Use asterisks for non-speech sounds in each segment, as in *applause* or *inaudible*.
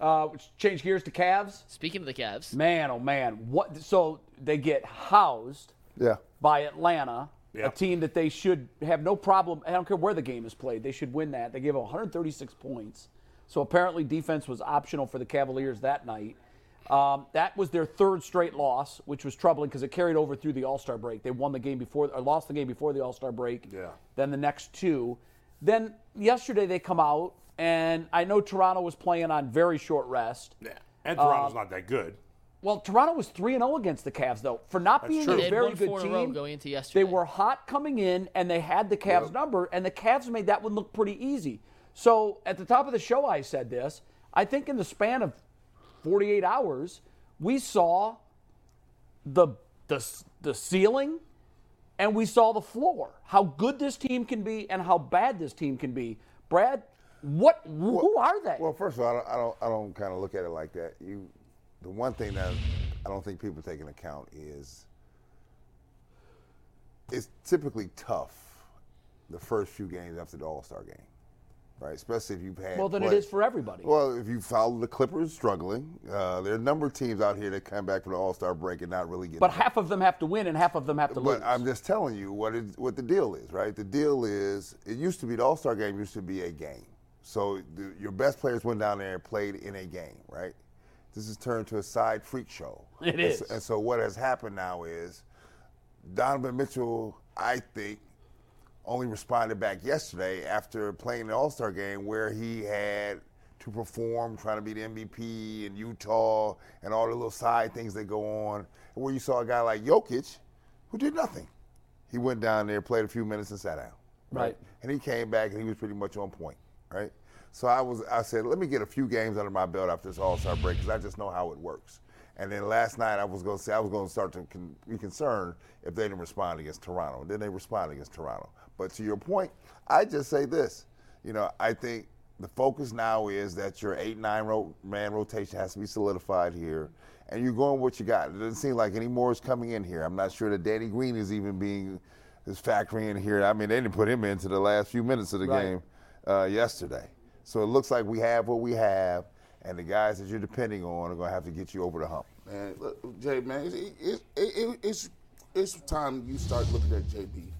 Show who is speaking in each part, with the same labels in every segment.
Speaker 1: Uh, let's change gears to Cavs.
Speaker 2: Speaking of the Cavs,
Speaker 1: Man, oh man, what? So they get housed
Speaker 3: Yeah.
Speaker 1: by Atlanta,
Speaker 3: Yeah.
Speaker 1: a team that they should have no problem. I don't care where the game is played; they should win that. They gave them 136 points. So apparently, defense was optional for the Cavaliers that night. Um, that was their third straight loss, which was troubling because it carried over through the All Star break. They won the game before, or lost the game before the All Star break.
Speaker 3: Yeah.
Speaker 1: Then the next two. Then yesterday they come out, and I know Toronto was playing on very short rest.
Speaker 3: Yeah. And
Speaker 1: Um,
Speaker 3: Toronto's not that good.
Speaker 1: Well, Toronto was 3 0 against the Cavs, though. For not being
Speaker 3: true.
Speaker 1: a
Speaker 3: They had
Speaker 1: very
Speaker 2: won
Speaker 1: good
Speaker 2: four in
Speaker 1: team,
Speaker 2: a row going into yesterday.
Speaker 1: they were hot coming in, and they had the Cavs number, and the Cavs made that one look pretty easy. So at the top of the show, I said this. I think in the span of 48 hours, we saw the, the, the ceiling and we saw the floor. How good this team can be and how bad this team can be. Brad, what, who are they?
Speaker 4: Well, first of all, I don't, I don't, I don't kind of look at it like that. You, the one thing that I don't think people take into account is it's typically tough the first few games after the All Star game, right? Especially if you've had.
Speaker 1: Well, then it
Speaker 4: play-
Speaker 1: is for everybody.
Speaker 4: Well, if you follow the Clippers struggling, uh, there are a number of teams out here that come back from the All Star break and not really get.
Speaker 1: but half of them have to win and half of them have to lose.
Speaker 4: But I'm just telling you what is what the deal is, right? The deal is it used to be the All Star game used to be a game, so the, your best players went down there and played in a game, right? This has turned to a side freak show.
Speaker 1: *laughs* It
Speaker 4: And so-
Speaker 1: is.
Speaker 4: and so what has happened now is Donovan Mitchell, I think, only responded back yesterday after playing the All Star game where he had to perform trying to be the MVP in Utah and all the little side things that go on. Where you saw a guy like Jokic who did nothing. He went down there, played a few minutes, and sat down.
Speaker 1: Right.
Speaker 4: And he came back and he was pretty much on point, right? So I was, I said, let me get a few games under my belt after this All Star break because I just know how it works. And then last night I was going to say I was going to start to con- be concerned if they didn't respond against Toronto. And then they responded against Toronto. But to your point, I just say this, you know, I think the focus now is that your eight nine ro- man rotation has to be solidified here, and you're going what you got. It doesn't seem like any more is coming in here. I'm not sure that Danny Green is even being is factoring in here. I mean, they didn't put him into the last few minutes of the
Speaker 1: Right.
Speaker 4: game uh, yesterday, so it looks like we have what we have, and the guys that you're depending on are going to have to get you over the hump.
Speaker 5: Man, look, Jay, man, it's, it, it, it, it's it's time you start looking at JB.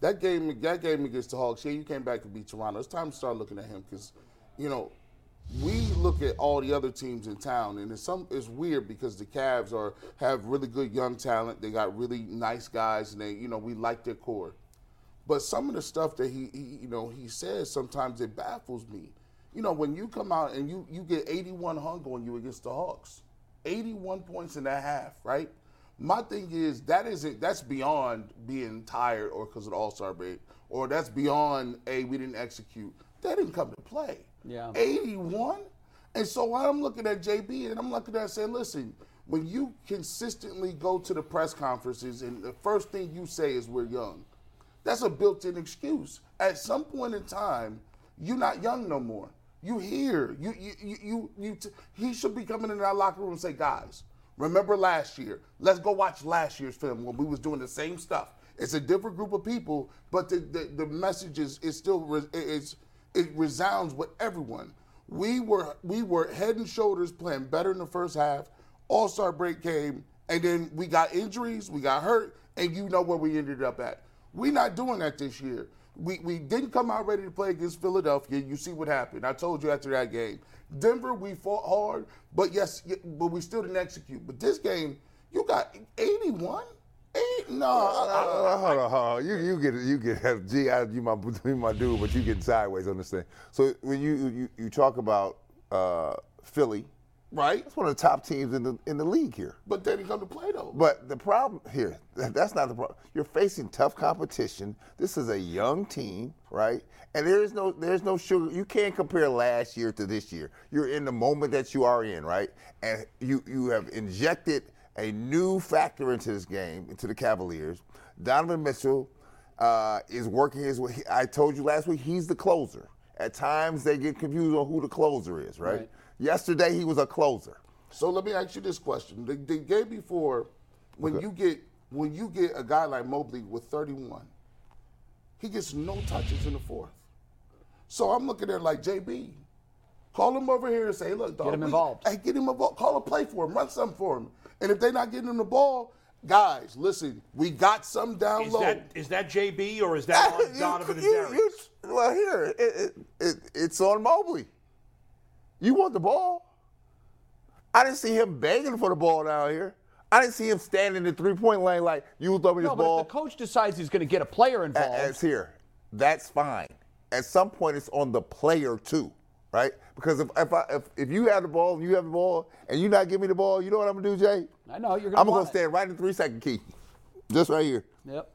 Speaker 5: That game, that game against the Hawks, yeah, you came back to beat Toronto. It's time to start looking at him because, you know, we look at all the other teams in town, and it's some it's weird because the Cavs are have really good young talent. They got really nice guys, and they, you know, we like their core. But some of the stuff that he, he you know, he says sometimes it baffles me. You know, when you come out and you you get 81 hung on you against the Hawks, 81 points in that half, right? My thing is that isn't that's beyond being tired or because of the All Star break, or that's beyond a we didn't execute. That didn't come to play.
Speaker 1: Yeah.
Speaker 5: 81. And so I'm looking at JB and I'm looking at saying, listen, when you consistently go to the press conferences and the first thing you say is we're young, that's a built-in excuse. At some point in time, you're not young no more. You here. You you you you. you t- he should be coming into our locker room and say, guys, remember last year? Let's go watch last year's film when we was doing the same stuff. It's a different group of people, but the the, the message is, is still re- it's it resounds with everyone. We were we were head and shoulders playing better in the first half. All Star break came, and then we got injuries, we got hurt, and you know where we ended up at. We're not doing that this year. We, we didn't come out ready to play against Philadelphia. You see what happened. I told you after that game. Denver, we fought hard, but yes, y- but we still didn't execute. But this game, you got 81? Eight? No. I- I-
Speaker 4: Uh, hold on, hold on. You you get you get *laughs* gee, I, you my you my dude, but you getting sideways on this thing. So when you you, you talk about uh, Philly
Speaker 5: right?
Speaker 4: It's one of the top teams in the in the league here.
Speaker 5: But they didn't come to play though.
Speaker 4: But the problem here, *laughs* that- that's not the problem. You're facing tough competition. This is a young team, right? And there is no there's no sugar. You can't compare last year to this year. You're in the moment that you are in, right? And you you have injected a new factor into this game, into the Cavaliers. Donovan Mitchell uh, is working his way. I told you last week he's the closer. At times they get confused on who the closer is, right. Yesterday he was a closer.
Speaker 5: So let me ask you this question: the, the game before, when you get when you get a guy like Mobley with 31, he gets no touches in the fourth. So I'm looking at it like JB, call him over here and say, "Look, dog,
Speaker 1: him involved.
Speaker 5: Hey, get him involved. Call a play for him. Run something for him. And if they're not getting him the ball, guys, listen, we got some down
Speaker 3: Is
Speaker 5: low.
Speaker 3: that is that JB or is that on
Speaker 4: *laughs* You-
Speaker 3: Donovan and
Speaker 4: you-
Speaker 3: Derrick?
Speaker 4: you- well, here it, it, it, it's on Mobley. You want the ball? I didn't see him begging for the ball down here. I didn't see him standing in the three-point lane like you throw me this
Speaker 1: No, but
Speaker 4: ball.
Speaker 1: if the coach decides he's going to get a player involved,
Speaker 4: That's here. That's fine. At some point, it's on the player too, right? Because if if, I, if if you have the ball and you have the ball and you not give me the ball, you know what I'm gonna do, Jay?
Speaker 1: I know, you're gonna
Speaker 4: I'm gonna
Speaker 1: want it.
Speaker 4: stand right in three second key, just right here.
Speaker 1: yep.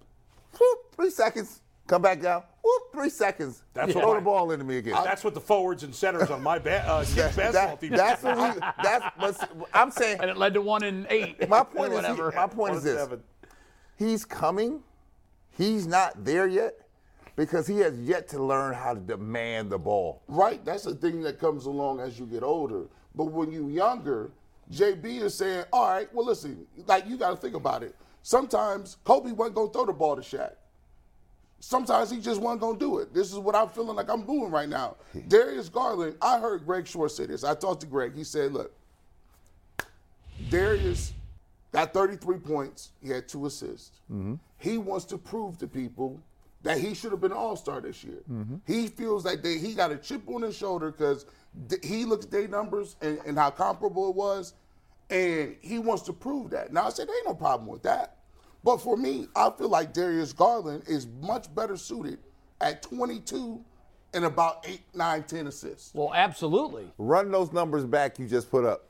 Speaker 4: Whoop, three seconds. Come back down. Whoop, three seconds.
Speaker 3: That's
Speaker 4: throw
Speaker 3: what
Speaker 4: the
Speaker 3: I-
Speaker 4: ball into me again.
Speaker 3: That's what the forwards and centers on my ba-
Speaker 4: *laughs*
Speaker 3: uh,
Speaker 4: That-
Speaker 3: kids basketball
Speaker 4: that-
Speaker 3: team.
Speaker 4: that's
Speaker 3: do.
Speaker 4: what we. That's but see, I'm saying.
Speaker 2: and it led to one in eight.
Speaker 4: My point is.
Speaker 2: Whatever.
Speaker 4: my point is
Speaker 3: One
Speaker 4: this.
Speaker 3: seven.
Speaker 4: He's coming. He's not there yet because he has yet to learn how to demand the ball.
Speaker 5: Right, that's the thing that comes along as you get older. But when you younger, JB is saying, "All right, well, listen, like you got to think about it. Sometimes Kobe wasn't gonna throw the ball to Shaq. Sometimes he just wasn't gonna do it. This is what I'm feeling like I'm doing right now. Darius Garland, I heard Greg Short say this. I talked to Greg. He said, "Look, Darius got 33 points. He had two assists. He wants to prove to people that he should have been an All Star this year. He feels like they, he got a chip on his shoulder because he looks at their numbers and, and how comparable it was, and he wants to prove that. Now I said, there ain't no problem with that. But for me, I feel like Darius Garland is much better suited at 22 and about 8, 9, 10 assists.
Speaker 1: Well, absolutely.
Speaker 4: Run those numbers back you just put up.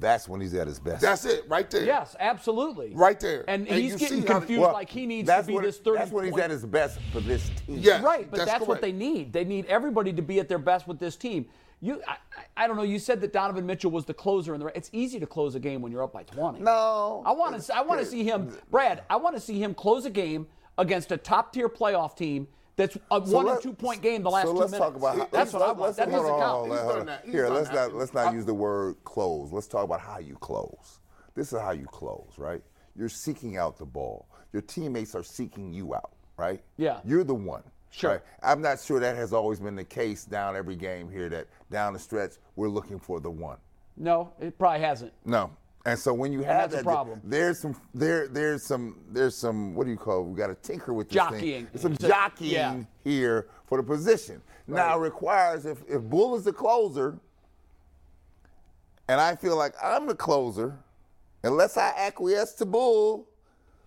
Speaker 4: That's when he's at his best.
Speaker 5: That's it, right there.
Speaker 1: Yes, absolutely.
Speaker 5: Right there.
Speaker 1: And,
Speaker 5: And
Speaker 1: he's
Speaker 5: you
Speaker 1: getting
Speaker 5: see how the-
Speaker 1: confused
Speaker 4: Well,
Speaker 1: like he needs to
Speaker 4: that's
Speaker 1: be
Speaker 4: when-
Speaker 1: this 30
Speaker 4: That's when he's
Speaker 1: point-
Speaker 4: at his best for this team. *laughs*
Speaker 5: Yes,
Speaker 1: Right, but that's, what
Speaker 5: correct.
Speaker 1: they need. They need everybody to be at their best with this team. You, I, I- I don't know. You said that Donovan Mitchell was the closer in the. It's easy to close a game when you're up by 20.
Speaker 4: No.
Speaker 1: I want to. I want to see him, Brad. I want to see him close a game against a top tier playoff team that's a one
Speaker 4: let-
Speaker 1: and two point game the last
Speaker 4: so
Speaker 1: two
Speaker 4: let's
Speaker 1: minutes.
Speaker 4: Talk about how,
Speaker 1: that's
Speaker 4: let's-
Speaker 1: what I
Speaker 4: let's-
Speaker 1: want. That
Speaker 4: hold
Speaker 1: doesn't
Speaker 4: on,
Speaker 1: count.
Speaker 4: hold on,
Speaker 5: He's
Speaker 4: hold
Speaker 5: done
Speaker 4: on.
Speaker 5: that. He's
Speaker 4: Here,
Speaker 5: done
Speaker 4: let's
Speaker 5: that.
Speaker 4: not let's not use the word close. Let's talk about how you close. This is how you close, right? You're seeking out the ball. Your teammates are seeking you out, right?
Speaker 1: Yeah.
Speaker 4: You're the one.
Speaker 1: Sure.
Speaker 4: right? I'm not sure that has always been the case down every game here. That down the stretch, we're looking for the one.
Speaker 1: No, it probably hasn't.
Speaker 4: No. And so when you
Speaker 1: that's
Speaker 4: have
Speaker 1: a
Speaker 4: that,
Speaker 1: problem.
Speaker 4: there's some there there's some there's some what do you call it? We got to tinker with this
Speaker 1: Jockeying.
Speaker 4: Thing. There's some
Speaker 1: It's a-
Speaker 4: jockeying
Speaker 1: yeah.
Speaker 4: here for the position. Now it requires if if Bull is the closer, and I feel like I'm the closer, unless I acquiesce to Bull,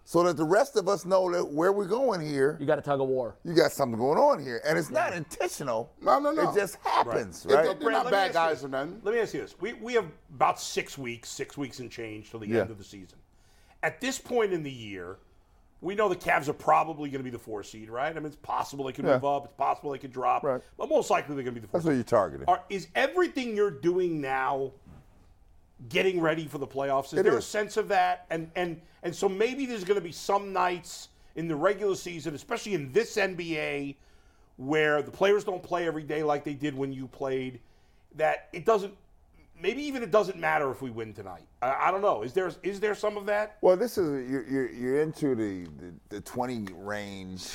Speaker 4: so that the rest of us know that where we're going here,
Speaker 1: You got a tug of war.
Speaker 4: you got something going on here, and it's not intentional.
Speaker 5: No, no, no.
Speaker 4: It just happens,
Speaker 5: It-
Speaker 4: right?
Speaker 5: it- They're
Speaker 3: Brad,
Speaker 5: not
Speaker 3: let me
Speaker 5: bad
Speaker 3: ask you
Speaker 5: guys
Speaker 3: this.
Speaker 5: or nothing.
Speaker 3: Let me ask you this: we we have about six weeks, six weeks and change till the
Speaker 4: Yeah.
Speaker 3: end of the season. At this point in the year, we know the Cavs are probably going to be the four seed, right? I mean, it's possible they could move up, it's possible they could drop,
Speaker 4: Right.
Speaker 3: but most likely they're going to be the four.
Speaker 4: That's what you're targeting.
Speaker 3: Are, is everything you're doing now getting ready for the playoffs? Is
Speaker 4: It
Speaker 3: there a
Speaker 4: is.
Speaker 3: sense of that? And and and so maybe there's going to be some nights in the regular season, especially in this NBA, where the players don't play every day like they did when you played. That it doesn't. Maybe even it doesn't matter if we win tonight. I, I don't know. Is there is there some of that?
Speaker 4: Well, this is you're you're, you're into the, the the 20 range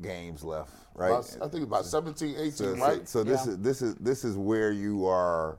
Speaker 4: games left, right?
Speaker 5: About- I think about 17, 18,
Speaker 4: so, so-
Speaker 5: right?
Speaker 4: So, this is this is this is where you are.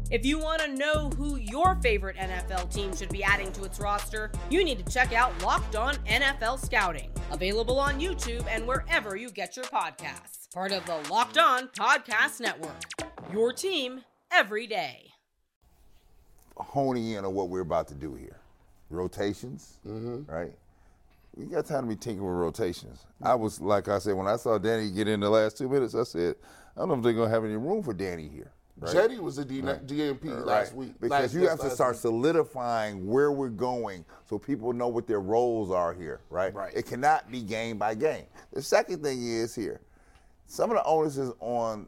Speaker 6: If you want to know who your favorite NFL team should be adding to its roster, you need to check out Locked On NFL Scouting, available on YouTube and wherever you get your podcasts. Part of the Locked On Podcast Network. Your team every day.
Speaker 4: honing in on what we're about to do here. Rotations,
Speaker 5: Mm-hmm.
Speaker 4: right? We got time to be tinkering with rotations. I was like I said when I saw Danny get in the last two minutes, I said, I don't know if they're gonna have any room for Danny here. Right?
Speaker 5: Jetty was a D- DMP last
Speaker 4: Right.
Speaker 5: week.
Speaker 4: Because
Speaker 5: last-
Speaker 4: you
Speaker 5: yes,
Speaker 4: have to
Speaker 5: last
Speaker 4: start
Speaker 5: week.
Speaker 4: solidifying where we're going so people know what their roles are here, right?
Speaker 5: Right.
Speaker 4: It cannot be game by game. The second thing is here, some of the onus is on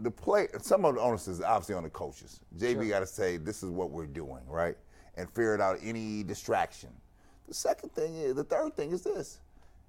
Speaker 4: the play. Some of the onus is obviously on the coaches. JB got to say this is what we're doing, right? And ferret out any distraction. The second thing is, the third thing is this: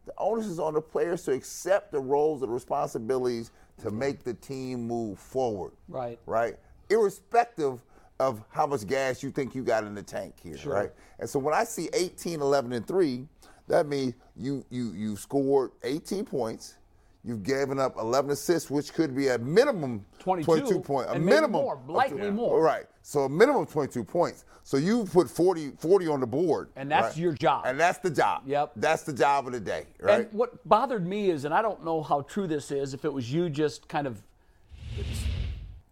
Speaker 4: the onus is on the players to accept the roles and responsibilities to make the team move forward
Speaker 1: Right.
Speaker 4: right? Irrespective of how much gas you think you got in the tank here, right? And so when I see 18, 11, and 3, that means you you you scored 18 points, you've given up 11 assists, which could be a minimum
Speaker 1: 22,
Speaker 4: 22 point, a
Speaker 1: and maybe
Speaker 4: minimum
Speaker 1: more,
Speaker 4: of
Speaker 1: likely
Speaker 4: 20
Speaker 1: more.
Speaker 4: Right. So a minimum of 22 points. So you put 40 40 on the board.
Speaker 1: And that's your job.
Speaker 4: And that's the job.
Speaker 1: Yep.
Speaker 4: That's the job of the day, right?
Speaker 1: And what bothered me is, and I don't know how true this is, if it was you just kind of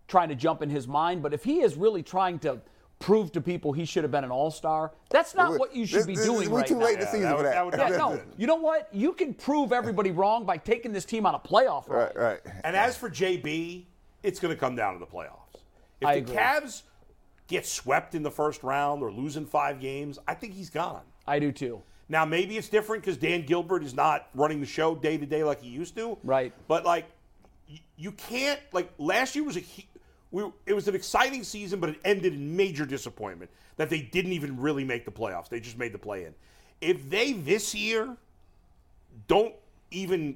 Speaker 1: trying to jump in his mind, but if he is really trying to prove to people he should have been an all star, that's not
Speaker 4: We-
Speaker 1: what you
Speaker 4: this-
Speaker 1: should be
Speaker 4: this-
Speaker 1: doing
Speaker 4: we
Speaker 1: right
Speaker 4: too late
Speaker 1: now.
Speaker 4: this season
Speaker 3: that
Speaker 4: for
Speaker 3: would-
Speaker 4: that.
Speaker 3: that would-
Speaker 1: yeah, no. You know what? You can prove everybody wrong by taking this team on a playoff run.
Speaker 4: Right, right.
Speaker 3: And as for JB, it's going to come down to the playoffs. If
Speaker 1: I
Speaker 3: the
Speaker 1: agree.
Speaker 3: Cavs get swept in the first round or lose in five games, I think he's gone.
Speaker 1: I do too.
Speaker 3: Now maybe it's different because Dan Gilbert is not running the show day to day like he used to.
Speaker 1: Right.
Speaker 3: But like, y- you can't like last year was a hu- we it was an exciting season, but it ended in major disappointment that they didn't even really make the playoffs. They just made the play in. If they this year don't even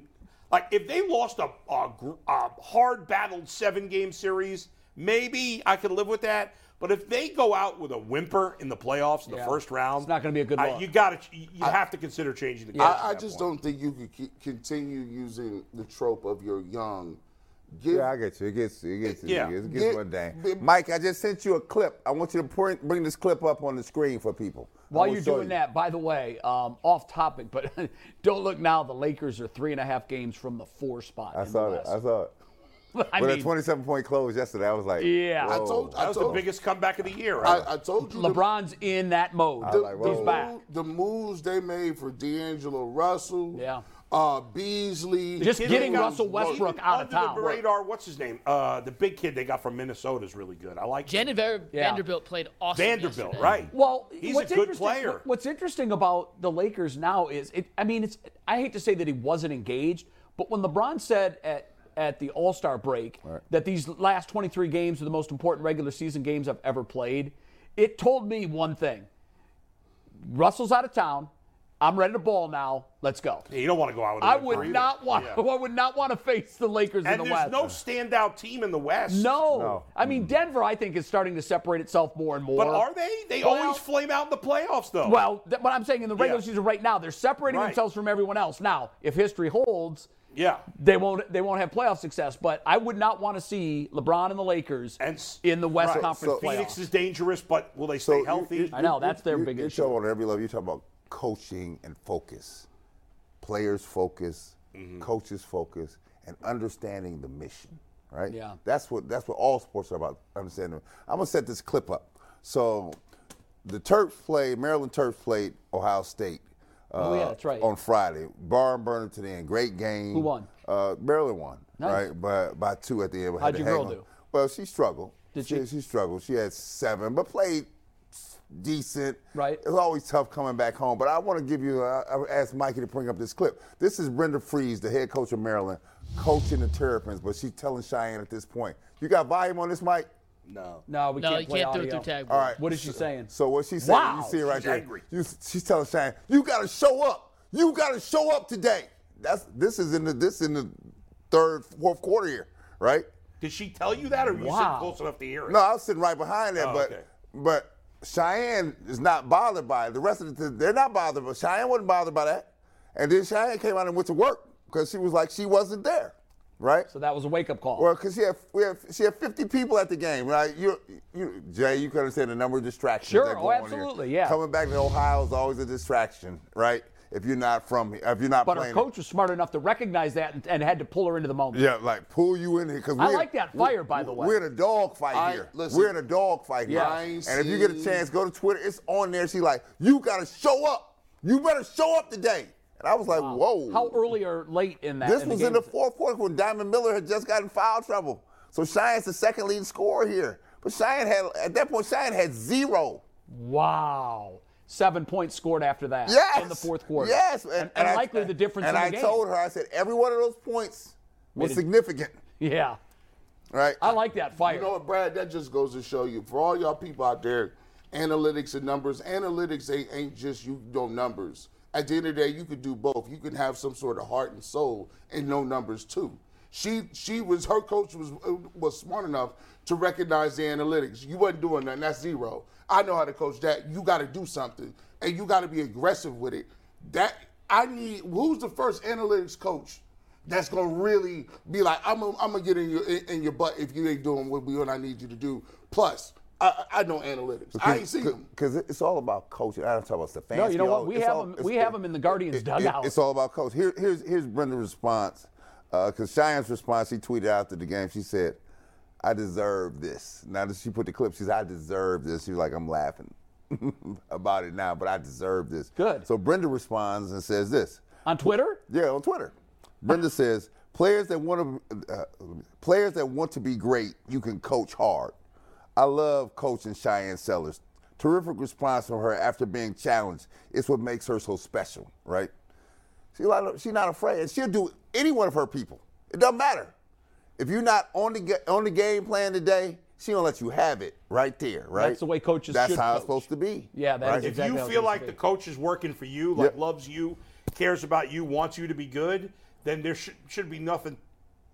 Speaker 3: like if they lost a, a, gr- a hard battled seven game series, maybe I could live with that. But if they go out with a whimper in the playoffs in
Speaker 1: Yeah.
Speaker 3: the first round,
Speaker 1: It's not gonna be a good
Speaker 3: I-
Speaker 1: look.
Speaker 3: you got to you have to consider changing the game.
Speaker 5: I, I just don't think you could keep, continue using the trope of your young. Give,
Speaker 4: Yeah, I get you. It gets you. It gets you.
Speaker 3: Yeah.
Speaker 4: It gets, it gets
Speaker 5: Get-
Speaker 4: mundane.
Speaker 5: b-
Speaker 4: Mike, I just sent you a clip. I want you to point, bring this clip up on the screen for people. I
Speaker 1: While
Speaker 4: wanna
Speaker 1: you're
Speaker 4: show
Speaker 1: doing
Speaker 4: Oh, you.
Speaker 1: that, by the way, um, off topic, but *laughs* don't look now. The Lakers are three and a half games from the four spot.
Speaker 4: I saw it. I saw it.
Speaker 1: it. *laughs* I
Speaker 4: With
Speaker 1: mean,
Speaker 4: a 27 point close yesterday, I was like,
Speaker 1: Yeah.
Speaker 5: I told, I
Speaker 3: That was the
Speaker 5: told,
Speaker 3: biggest comeback of the year. Right?
Speaker 5: I, I told you. the-
Speaker 1: LeBron's in that mode.
Speaker 5: the,
Speaker 4: like,
Speaker 5: the
Speaker 4: whoa.
Speaker 1: He's back.
Speaker 5: move- the moves they made for D'Angelo Russell,
Speaker 1: Yeah.
Speaker 5: uh, Beasley,
Speaker 1: Just
Speaker 3: Kid
Speaker 1: getting
Speaker 3: they got-
Speaker 1: Russell Westbrook
Speaker 3: even
Speaker 1: out of
Speaker 3: under
Speaker 1: town.
Speaker 3: The radar, what's his name? Uh, the big kid they got from Minnesota is really good. I like him.
Speaker 2: Jen and Ver-
Speaker 1: Yeah.
Speaker 2: Vanderbilt played awesome.
Speaker 3: Vanderbilt,
Speaker 2: yesterday.
Speaker 3: right?
Speaker 1: Well,
Speaker 3: he's
Speaker 1: what's
Speaker 3: a good
Speaker 1: interesting-
Speaker 3: player.
Speaker 1: What's interesting about the Lakers now is, it, I mean, it's I hate to say that he wasn't engaged, but when LeBron said at at the All Star break that these last 23 games are the most important regular season games I've ever played, it told me one thing: Russell's out of town. I'm ready to ball now. Let's go.
Speaker 3: you don't want to go out with. a
Speaker 1: I
Speaker 3: whimper
Speaker 1: would
Speaker 3: either.
Speaker 1: not want.
Speaker 3: Yeah.
Speaker 1: *laughs* I would not want to face the Lakers
Speaker 3: And
Speaker 1: in the West.
Speaker 3: there's no standout team in the West.
Speaker 1: no.
Speaker 4: No.
Speaker 1: I mean, Denver, I think, is starting to separate itself more and more.
Speaker 3: But are they? They
Speaker 1: Well-
Speaker 3: always flame out in the playoffs,
Speaker 4: Oh.
Speaker 3: though.
Speaker 1: Well, th- what I'm saying in the regular
Speaker 3: Yeah.
Speaker 1: season right now, they're separating
Speaker 3: Right.
Speaker 1: themselves from everyone else. Now, if history holds,
Speaker 3: yeah.
Speaker 1: they won't they won't have playoff success. But I would not want to see LeBron and the Lakers
Speaker 3: And s-
Speaker 1: in the West
Speaker 3: right.
Speaker 1: Conference
Speaker 4: So-
Speaker 1: playoffs.
Speaker 3: Phoenix is dangerous, but will they stay
Speaker 4: you-
Speaker 3: healthy?
Speaker 4: you-
Speaker 1: I know, that's their
Speaker 4: you-
Speaker 1: biggest
Speaker 4: You talk about every level. You talk about coaching and focus, players focus,
Speaker 1: Mm-hmm.
Speaker 4: coaches focus, and understanding the mission. Right.
Speaker 1: Yeah.
Speaker 4: That's what that's what all sports are about. Understanding. I'm gonna set this clip up. So, the Terps played Maryland Terps played Ohio State.
Speaker 1: Oh, yeah,
Speaker 4: uh,
Speaker 1: that's right.
Speaker 4: On Friday, barn burner to the end. Great game.
Speaker 1: Who won?
Speaker 4: Uh, Maryland won.
Speaker 1: Nice.
Speaker 4: Right, by by two at the end. We had
Speaker 1: How'd
Speaker 4: to
Speaker 1: your
Speaker 4: hang
Speaker 1: girl
Speaker 4: on.
Speaker 1: do?
Speaker 4: Well, she struggled.
Speaker 1: Did she?
Speaker 4: she? She struggled. She had seven, but played decent.
Speaker 1: Right.
Speaker 4: It's always tough coming back home. But I want to give you, uh, I, I asked Mikey to bring up this clip. This is Brenda Fries, the head coach of Maryland, coaching the Terrapins, but she's telling Cheyenne at this point. You got volume on this mic?
Speaker 3: no.
Speaker 1: no, we
Speaker 2: No,
Speaker 1: can't
Speaker 2: you
Speaker 1: play
Speaker 2: can't do
Speaker 1: audio.
Speaker 2: it through tag.
Speaker 4: All right.
Speaker 1: What is she saying?
Speaker 4: So what she's saying,
Speaker 1: Wow,
Speaker 4: you see it right
Speaker 3: she's
Speaker 4: there.
Speaker 3: angry.
Speaker 4: You, she's telling Cheyenne, you got to show up. You got to show up today. That's this is in the this in the third fourth quarter here, right?
Speaker 3: Did she tell you that, or were you
Speaker 1: Wow.
Speaker 3: sitting close enough to hear it?
Speaker 4: No, I was sitting right behind that,
Speaker 3: Oh,
Speaker 4: but
Speaker 3: okay.
Speaker 4: but Cheyenne is not bothered by it. The rest of the they're not bothered, but Cheyenne wasn't bothered by that. And then Cheyenne came out and went to work because she was like she wasn't there. right?
Speaker 1: So that was a wake up call.
Speaker 4: Well, because she had we had she had 50 people at the game, right? You you Jay, you can understand the number of distractions.
Speaker 1: Sure.
Speaker 4: that go
Speaker 1: Oh,
Speaker 4: on here.
Speaker 1: absolutely. Yeah.
Speaker 4: Coming back to Ohio is always a distraction, right? If you're not from here, if you're not
Speaker 1: but her
Speaker 4: playing.
Speaker 1: coach was smart enough to recognize that and, and had to pull her into the moment.
Speaker 4: Yeah, like pull you in here because
Speaker 1: I like that fire, by the way.
Speaker 4: We're in a dog fight
Speaker 5: I-
Speaker 4: here.
Speaker 5: listen,
Speaker 4: we're in a dog fight here.
Speaker 5: I
Speaker 4: And if you get a
Speaker 5: see-
Speaker 4: chance, go to Twitter. It's on there. She like, you gotta show up. You better show up today. And I was like, whoa.
Speaker 1: How early or late in that?
Speaker 4: This
Speaker 1: in
Speaker 4: was
Speaker 1: the
Speaker 4: in the
Speaker 1: game?
Speaker 4: fourth quarter when Diamond Miller had just gotten foul trouble. So Cheyenne's the second leading scorer here. But Cheyenne had at that point Cheyenne had zero.
Speaker 1: Wow. Seven points scored after that
Speaker 4: Yes.
Speaker 1: in the fourth quarter.
Speaker 4: Yes.
Speaker 1: And, and
Speaker 4: I-
Speaker 1: likely the difference
Speaker 4: And
Speaker 1: in the
Speaker 4: I
Speaker 1: game.
Speaker 4: told her, I said, every one of those points was significant.
Speaker 1: Yeah.
Speaker 4: Right?
Speaker 1: I like that fire.
Speaker 5: You know what, Brad? That just goes to show you, for all y'all people out there, analytics and numbers. Analytics they ain't just you know numbers. At the end of the day, you could do both. You can have some sort of heart and soul and know numbers too. She she was her coach was uh, was smart enough to recognize the analytics. You wasn't doing nothing. That's zero. I know how to coach that. You got to do something, and you got to be aggressive with it. That I need. Who's the first analytics coach that's gonna really be like, I'm gonna, I'm gonna get in your in, in your butt if you ain't doing what we what I need you to do. Plus, I, I I know analytics. I ain't seen them.
Speaker 4: Because it's all about coaching. I don't talk about Stefanski.
Speaker 1: No, you know
Speaker 4: all-
Speaker 1: what? We
Speaker 4: it's
Speaker 1: have
Speaker 4: all-
Speaker 1: them.
Speaker 4: it's-
Speaker 1: We have them in the Guardians
Speaker 4: it-
Speaker 1: dugout.
Speaker 4: It's all about coach. Here, here's here's Brenda's response. Because Cheyenne's response, she tweeted after the game. She said, "I deserve this." Now that she put the clip, she said, "I deserve this." She was like, "I'm laughing *laughs* about it now, but I deserve this."
Speaker 1: Good.
Speaker 4: So Brenda responds and says this.
Speaker 1: on Twitter.
Speaker 4: Yeah, on Twitter. Brenda says players that want to uh, players that want to be great, you can coach hard. I love coaching Cheyenne Sellers. Terrific response from her after being challenged. It's what makes her so special, right? She's she not afraid, and she'll do any one of her people. It doesn't matter. If you're not on the ga- on the game plan today, she gonna let you have it right there, right?
Speaker 1: That's the way coaches
Speaker 4: That's
Speaker 1: should
Speaker 4: how it's
Speaker 1: coach.
Speaker 4: supposed to be.
Speaker 1: Yeah, that
Speaker 4: right?
Speaker 1: is
Speaker 3: If
Speaker 1: exactly.
Speaker 3: you
Speaker 1: how it
Speaker 3: feel
Speaker 1: should
Speaker 3: like
Speaker 1: be.
Speaker 3: the coach is working for you, like
Speaker 4: Yep.
Speaker 3: loves you, cares about you, wants you to be good, then there should, should be nothing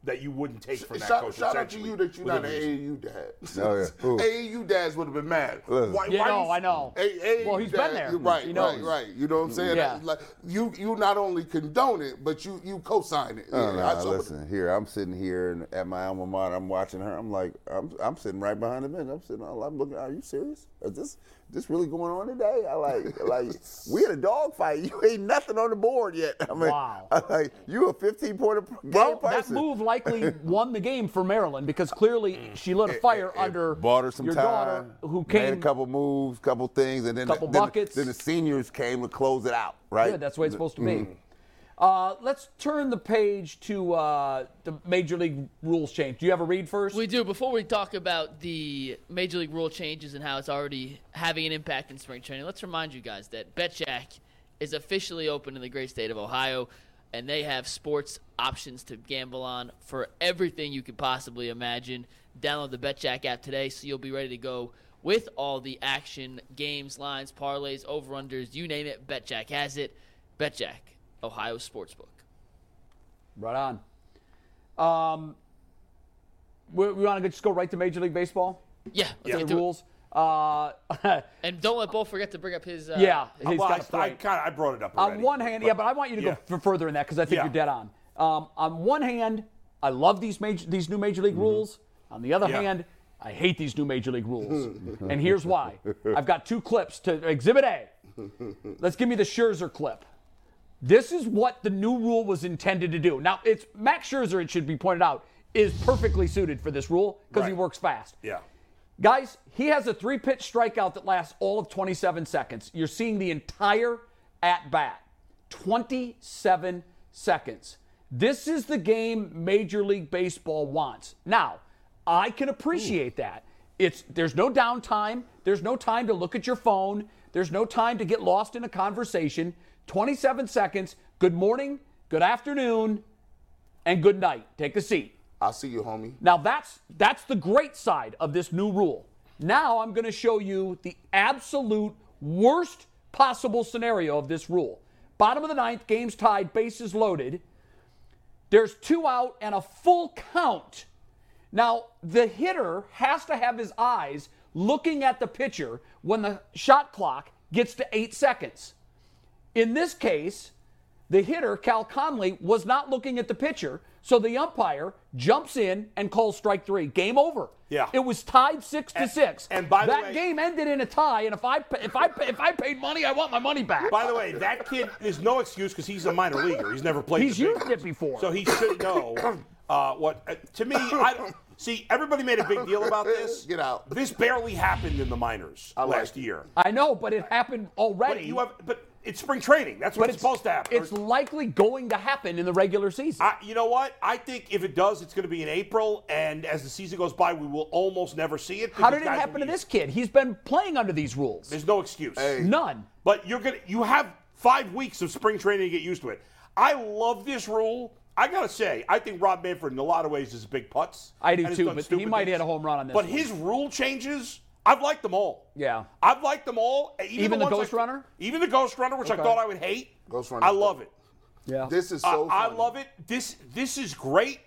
Speaker 3: that you wouldn't take from that
Speaker 5: Shout,
Speaker 3: coach.
Speaker 5: shout out to you that you're not an
Speaker 3: essentially,
Speaker 5: AAU dad.
Speaker 4: *laughs* Oh, yeah.
Speaker 5: *laughs*
Speaker 4: Who?
Speaker 5: AAU dads would have been mad.
Speaker 4: Listen.
Speaker 5: Why-
Speaker 1: Yeah,
Speaker 5: why
Speaker 1: no,
Speaker 5: you-
Speaker 1: I know.
Speaker 5: A-
Speaker 1: Well,
Speaker 5: AAU
Speaker 1: he's been there. Mm-hmm.
Speaker 5: you're Right,
Speaker 1: He
Speaker 5: right,
Speaker 1: knows.
Speaker 5: right. You know what I'm saying?
Speaker 1: Yeah.
Speaker 5: Like, you you not only condone it, but you you co-sign it.
Speaker 4: No,
Speaker 5: Yeah,
Speaker 4: no,
Speaker 5: I
Speaker 4: no,
Speaker 5: saw what-
Speaker 4: Oh, listen, here, I'm sitting here and at my alma mater, I'm watching her. I'm like, I'm, I'm sitting right behind the bench. I'm sitting, I'm looking, are you serious? Is this this really going on today? I
Speaker 1: *laughs*
Speaker 4: like, like we in a dog fight. You ain't nothing on the board
Speaker 5: *laughs*
Speaker 4: yet. I mean,
Speaker 1: Wow.
Speaker 4: I like, you a 15 point game
Speaker 1: Well, that
Speaker 4: person.
Speaker 1: move
Speaker 4: *laughs*
Speaker 1: likely won the game for Maryland because clearly she lit a fire
Speaker 4: Mm. It- it
Speaker 1: under
Speaker 4: bought her some
Speaker 1: your
Speaker 4: time,
Speaker 1: daughter who
Speaker 4: made a
Speaker 1: came.
Speaker 4: couple moves, couple things, and then
Speaker 1: Couple
Speaker 4: the, then the-
Speaker 1: buckets.
Speaker 4: Then, the seniors came to close it out, right?
Speaker 1: Good, that's the way it's supposed to be.
Speaker 4: Mm.
Speaker 1: Uh, let's turn the page to uh, the Major League rules change. Do you have a read first?
Speaker 2: We do. Before we talk about the major league rule changes and how it's already having an impact in spring training, let's remind you guys that BetJack is officially open in the great state of Ohio, and they have sports options to gamble on for everything you could possibly imagine. Download the BetJack app today, so you'll be ready to go with all the action, games, lines, parlays, over/unders, you name it. BetJack has it. BetJack, Ohio sportsbook.
Speaker 1: Right on. Um, we we want to just go right to Major League Baseball.
Speaker 2: Yeah, let's
Speaker 1: The
Speaker 2: get to it.
Speaker 1: rules.
Speaker 2: *laughs*
Speaker 1: Uh, *laughs*
Speaker 2: And don't let Bo forget to bring up his. Uh,
Speaker 1: yeah, he's
Speaker 3: Well,
Speaker 1: got
Speaker 3: I,
Speaker 1: a
Speaker 3: I,
Speaker 1: point.
Speaker 3: kinda, I brought it up
Speaker 1: On
Speaker 3: already.
Speaker 1: one hand, yeah, but I want you to
Speaker 3: yeah.
Speaker 1: go f- further in that because I think
Speaker 3: Yeah.
Speaker 1: you're dead on. Um, on one hand, I love these major, these new major league rules. On the other
Speaker 3: Mm-hmm. Yeah.
Speaker 1: hand, I hate these new major league
Speaker 3: *laughs*
Speaker 1: rules, and here's why. I've got two clips to Exhibit A. Let's give me the Scherzer clip. This is what the new rule was intended to do. Now, it's Max Scherzer. It should be pointed out is perfectly suited for this rule because he
Speaker 3: Right.
Speaker 1: works fast.
Speaker 3: Yeah.
Speaker 1: Guys, he has a three pitch strikeout that lasts all of 27 seconds. You're seeing the entire at bat 27 seconds. This is the game Major League Baseball wants. Now, I can appreciate that. It's there's no downtime, there's no time to look at your phone, there's no time to get lost in a conversation. 27 seconds. Good morning, good afternoon, and good night. Take a seat.
Speaker 5: I'll see you, homie.
Speaker 1: Now that's that's the great side of this new rule. Now I'm going to show you the absolute worst possible scenario of this rule. Bottom of the ninth, game's tied, bases loaded. There's two out and a full count. Now the hitter has to have his eyes looking at the pitcher when the shot clock gets to eight seconds. In this case, The hitter, Cal Conley, was not looking at the pitcher, so the umpire jumps in and calls strike three. Game over.
Speaker 3: Yeah.
Speaker 1: It was tied six to
Speaker 3: And-
Speaker 1: six.
Speaker 3: and by the
Speaker 1: that
Speaker 3: way-
Speaker 1: game ended in a tie. And if I pa- if I pa- if I paid money, I want my money back.
Speaker 3: *laughs* By the way, that kid there's no excuse because he's a minor leaguer. He's never played.
Speaker 1: He's
Speaker 3: the big
Speaker 1: used
Speaker 3: leagues.
Speaker 1: it before.
Speaker 3: so he should know
Speaker 1: *coughs*
Speaker 3: uh, what. Uh, to me, I don't see. Everybody made a big deal about
Speaker 5: *laughs*
Speaker 3: this.
Speaker 5: Get out.
Speaker 3: This barely happened in the minors
Speaker 5: like
Speaker 3: last
Speaker 5: it.
Speaker 3: year.
Speaker 1: I know, but it happened already.
Speaker 3: But you have, but it's spring training. That's what
Speaker 1: But
Speaker 3: it's, supposed to happen.
Speaker 1: It's likely going to happen in the regular season.
Speaker 3: I, you know what? I think if it does, it's going to be in April, and as the season goes by, we will almost never see it.
Speaker 1: How
Speaker 3: because
Speaker 1: did it
Speaker 3: guys
Speaker 1: happen
Speaker 3: will
Speaker 1: to
Speaker 3: be-
Speaker 1: this kid? He's been playing under these rules.
Speaker 3: There's no excuse.
Speaker 1: None.
Speaker 3: But you're gonna you have five weeks of spring training to get used to it. I love this rule. I gotta say, I think Rob Manfred in a lot of ways is a big putz.
Speaker 1: I do
Speaker 3: and has
Speaker 1: too,
Speaker 3: done
Speaker 1: but he
Speaker 3: stupid
Speaker 1: might hit a home run on this
Speaker 3: But
Speaker 1: one.
Speaker 3: his rule changes, I've liked them all.
Speaker 1: Yeah.
Speaker 3: I've liked them all.
Speaker 1: Even the
Speaker 3: ones
Speaker 1: Ghost
Speaker 3: I-
Speaker 1: Runner?
Speaker 3: Even the Ghost Runner, which I thought I would hate.
Speaker 5: Ghost
Speaker 3: I
Speaker 5: Runner's
Speaker 3: love
Speaker 5: dope.
Speaker 3: it.
Speaker 1: Yeah.
Speaker 5: This is
Speaker 3: I-
Speaker 5: so.
Speaker 3: I,
Speaker 5: funny.
Speaker 3: love it. This this is great.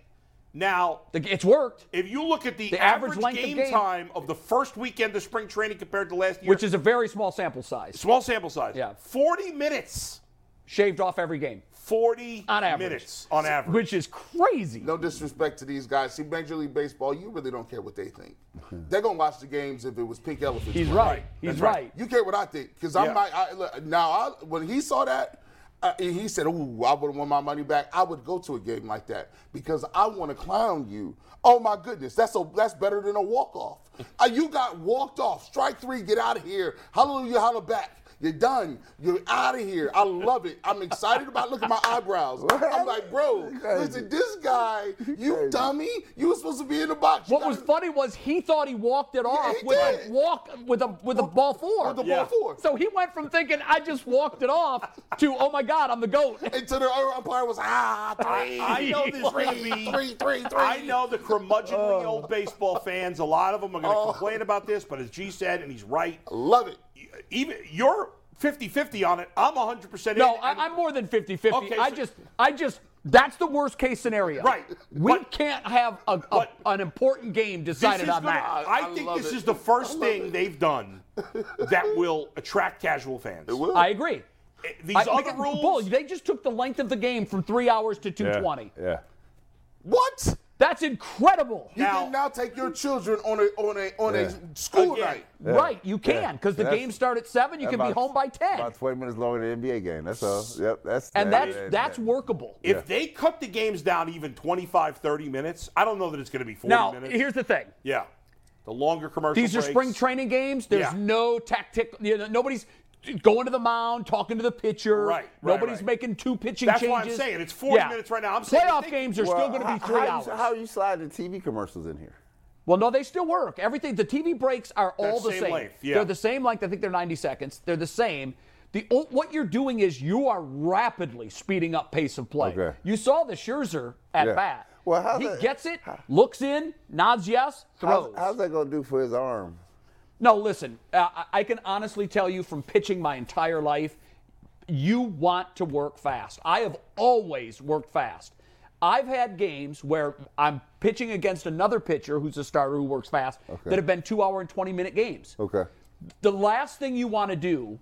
Speaker 3: Now,
Speaker 1: The- it's worked,
Speaker 3: if you look at the,
Speaker 1: The average length of
Speaker 3: game,
Speaker 1: game-
Speaker 3: time of the first weekend of spring training compared to last year,
Speaker 1: which is a very small sample size.
Speaker 3: small sample size,
Speaker 1: Yeah.
Speaker 3: 40 minutes.
Speaker 1: Shaved off every game,
Speaker 3: 40
Speaker 1: On average.
Speaker 3: minutes on average.
Speaker 1: which is crazy.
Speaker 5: No disrespect to these guys. See, Major League Baseball, you really don't care what they think. They're gonna watch the games if it was pink elephants.
Speaker 1: Hmm. He's
Speaker 5: playing.
Speaker 1: right. He's right.
Speaker 5: You care what I think, because
Speaker 3: Yeah.
Speaker 5: I'm not. I, look, now, I, when he saw that, uh, and he said, "Ooh, I would want my money back." I would go to a game like that because I want to clown you. Oh my goodness, that's a that's better than a
Speaker 1: *laughs*
Speaker 5: walk off. uh, you got walked off. Strike three. Get out of here. Hallelujah. Holla back. You're done. You're out of here. I love it. I'm excited about. Look at my
Speaker 1: *laughs*
Speaker 5: eyebrows. I'm like, bro, listen, this guy, you dummy. You were supposed to be in the box. You
Speaker 1: What was
Speaker 5: gotta-
Speaker 1: funny was he thought he walked it off
Speaker 5: he
Speaker 1: with a
Speaker 5: did.
Speaker 1: walk with a with a ball four.
Speaker 5: With the ball four.
Speaker 1: So he went from thinking I just walked it off to oh my god I'm the goat.
Speaker 5: Until the other umpire was ah three.
Speaker 3: I know *laughs* this will be.
Speaker 5: three, three, three.
Speaker 3: I know the curmudgeonly
Speaker 1: Oh.
Speaker 3: old baseball fans. A lot of them are going to complain about this, but as G said, and he's right.
Speaker 5: Love it.
Speaker 3: Even you're 50-50 on it. I'm 100 percent.
Speaker 1: No, I, I'm more than 50-50.
Speaker 3: Okay,
Speaker 1: I
Speaker 3: so-
Speaker 1: just I just that's the worst case scenario.
Speaker 3: Right.
Speaker 1: We
Speaker 3: But-
Speaker 1: can't have a, a-
Speaker 3: But-
Speaker 1: an important game
Speaker 3: This is
Speaker 1: decided on
Speaker 3: gonna,
Speaker 1: that.
Speaker 3: I,
Speaker 5: I
Speaker 3: think
Speaker 5: love
Speaker 3: this
Speaker 5: it.
Speaker 3: is the first thing they've *laughs* done that will attract casual fans. It will.
Speaker 1: I agree.
Speaker 3: These
Speaker 1: I,
Speaker 3: other
Speaker 1: they,
Speaker 3: rules.
Speaker 1: Bull, they just took the length of the game from three hours to 220.
Speaker 4: Yeah.
Speaker 5: What?
Speaker 1: That's incredible.
Speaker 5: You
Speaker 3: Now-
Speaker 5: can now take your children on a on a on
Speaker 4: Yeah.
Speaker 5: a school
Speaker 3: Again.
Speaker 5: night.
Speaker 1: Right, you can because the
Speaker 4: That's-
Speaker 1: game started at seven. You can be
Speaker 4: About-
Speaker 1: home by ten,
Speaker 4: About 20 minutes longer than the NBA game. That's all. Yep. That's
Speaker 1: and
Speaker 4: that-
Speaker 1: that's
Speaker 4: that-
Speaker 1: that's
Speaker 4: that-
Speaker 1: workable.
Speaker 3: If they cut the games down even 25, 30 minutes, I don't know that it's going to be 40
Speaker 1: now,
Speaker 3: minutes.
Speaker 1: here's the thing:
Speaker 3: yeah. The longer commercial
Speaker 1: these are spring
Speaker 3: breaks.
Speaker 1: training games. There's
Speaker 3: Yeah.
Speaker 1: no tactic. You know, nobody's going to the mound, talking to the pitcher.
Speaker 3: Right, right,
Speaker 1: Nobody's
Speaker 3: right.
Speaker 1: making two pitching
Speaker 3: That's
Speaker 1: changes.
Speaker 3: why I'm saying it's 40
Speaker 1: Yeah.
Speaker 3: minutes right now. I'm saying
Speaker 1: Playoff
Speaker 3: they-
Speaker 1: games are
Speaker 4: Well,
Speaker 1: still going to be
Speaker 4: how-
Speaker 1: three
Speaker 4: how
Speaker 1: hours.
Speaker 4: You, how you slide the TV commercials in here?
Speaker 1: Well, no, they still work. Everything, the TV breaks are all the
Speaker 3: same
Speaker 1: same.
Speaker 3: length, yeah.
Speaker 1: They're the same length. I think they're 90 seconds. They're the same. The o- what you're doing is you are rapidly speeding up pace of play.
Speaker 4: Okay.
Speaker 1: You saw the Scherzer at
Speaker 4: Yeah.
Speaker 1: bat.
Speaker 4: Well, how's
Speaker 1: he
Speaker 4: that-
Speaker 1: gets it, looks in, nods yes, throws.
Speaker 4: How's, how's that gonna do for his arm?
Speaker 1: No, listen, uh, I- I can honestly tell you from pitching my entire life, you want to work fast. I have always worked fast. I've had games where I'm pitching against another pitcher who's a starter who works fast that have been two hour and 20 minute games.
Speaker 4: Okay.
Speaker 1: The last thing you want to do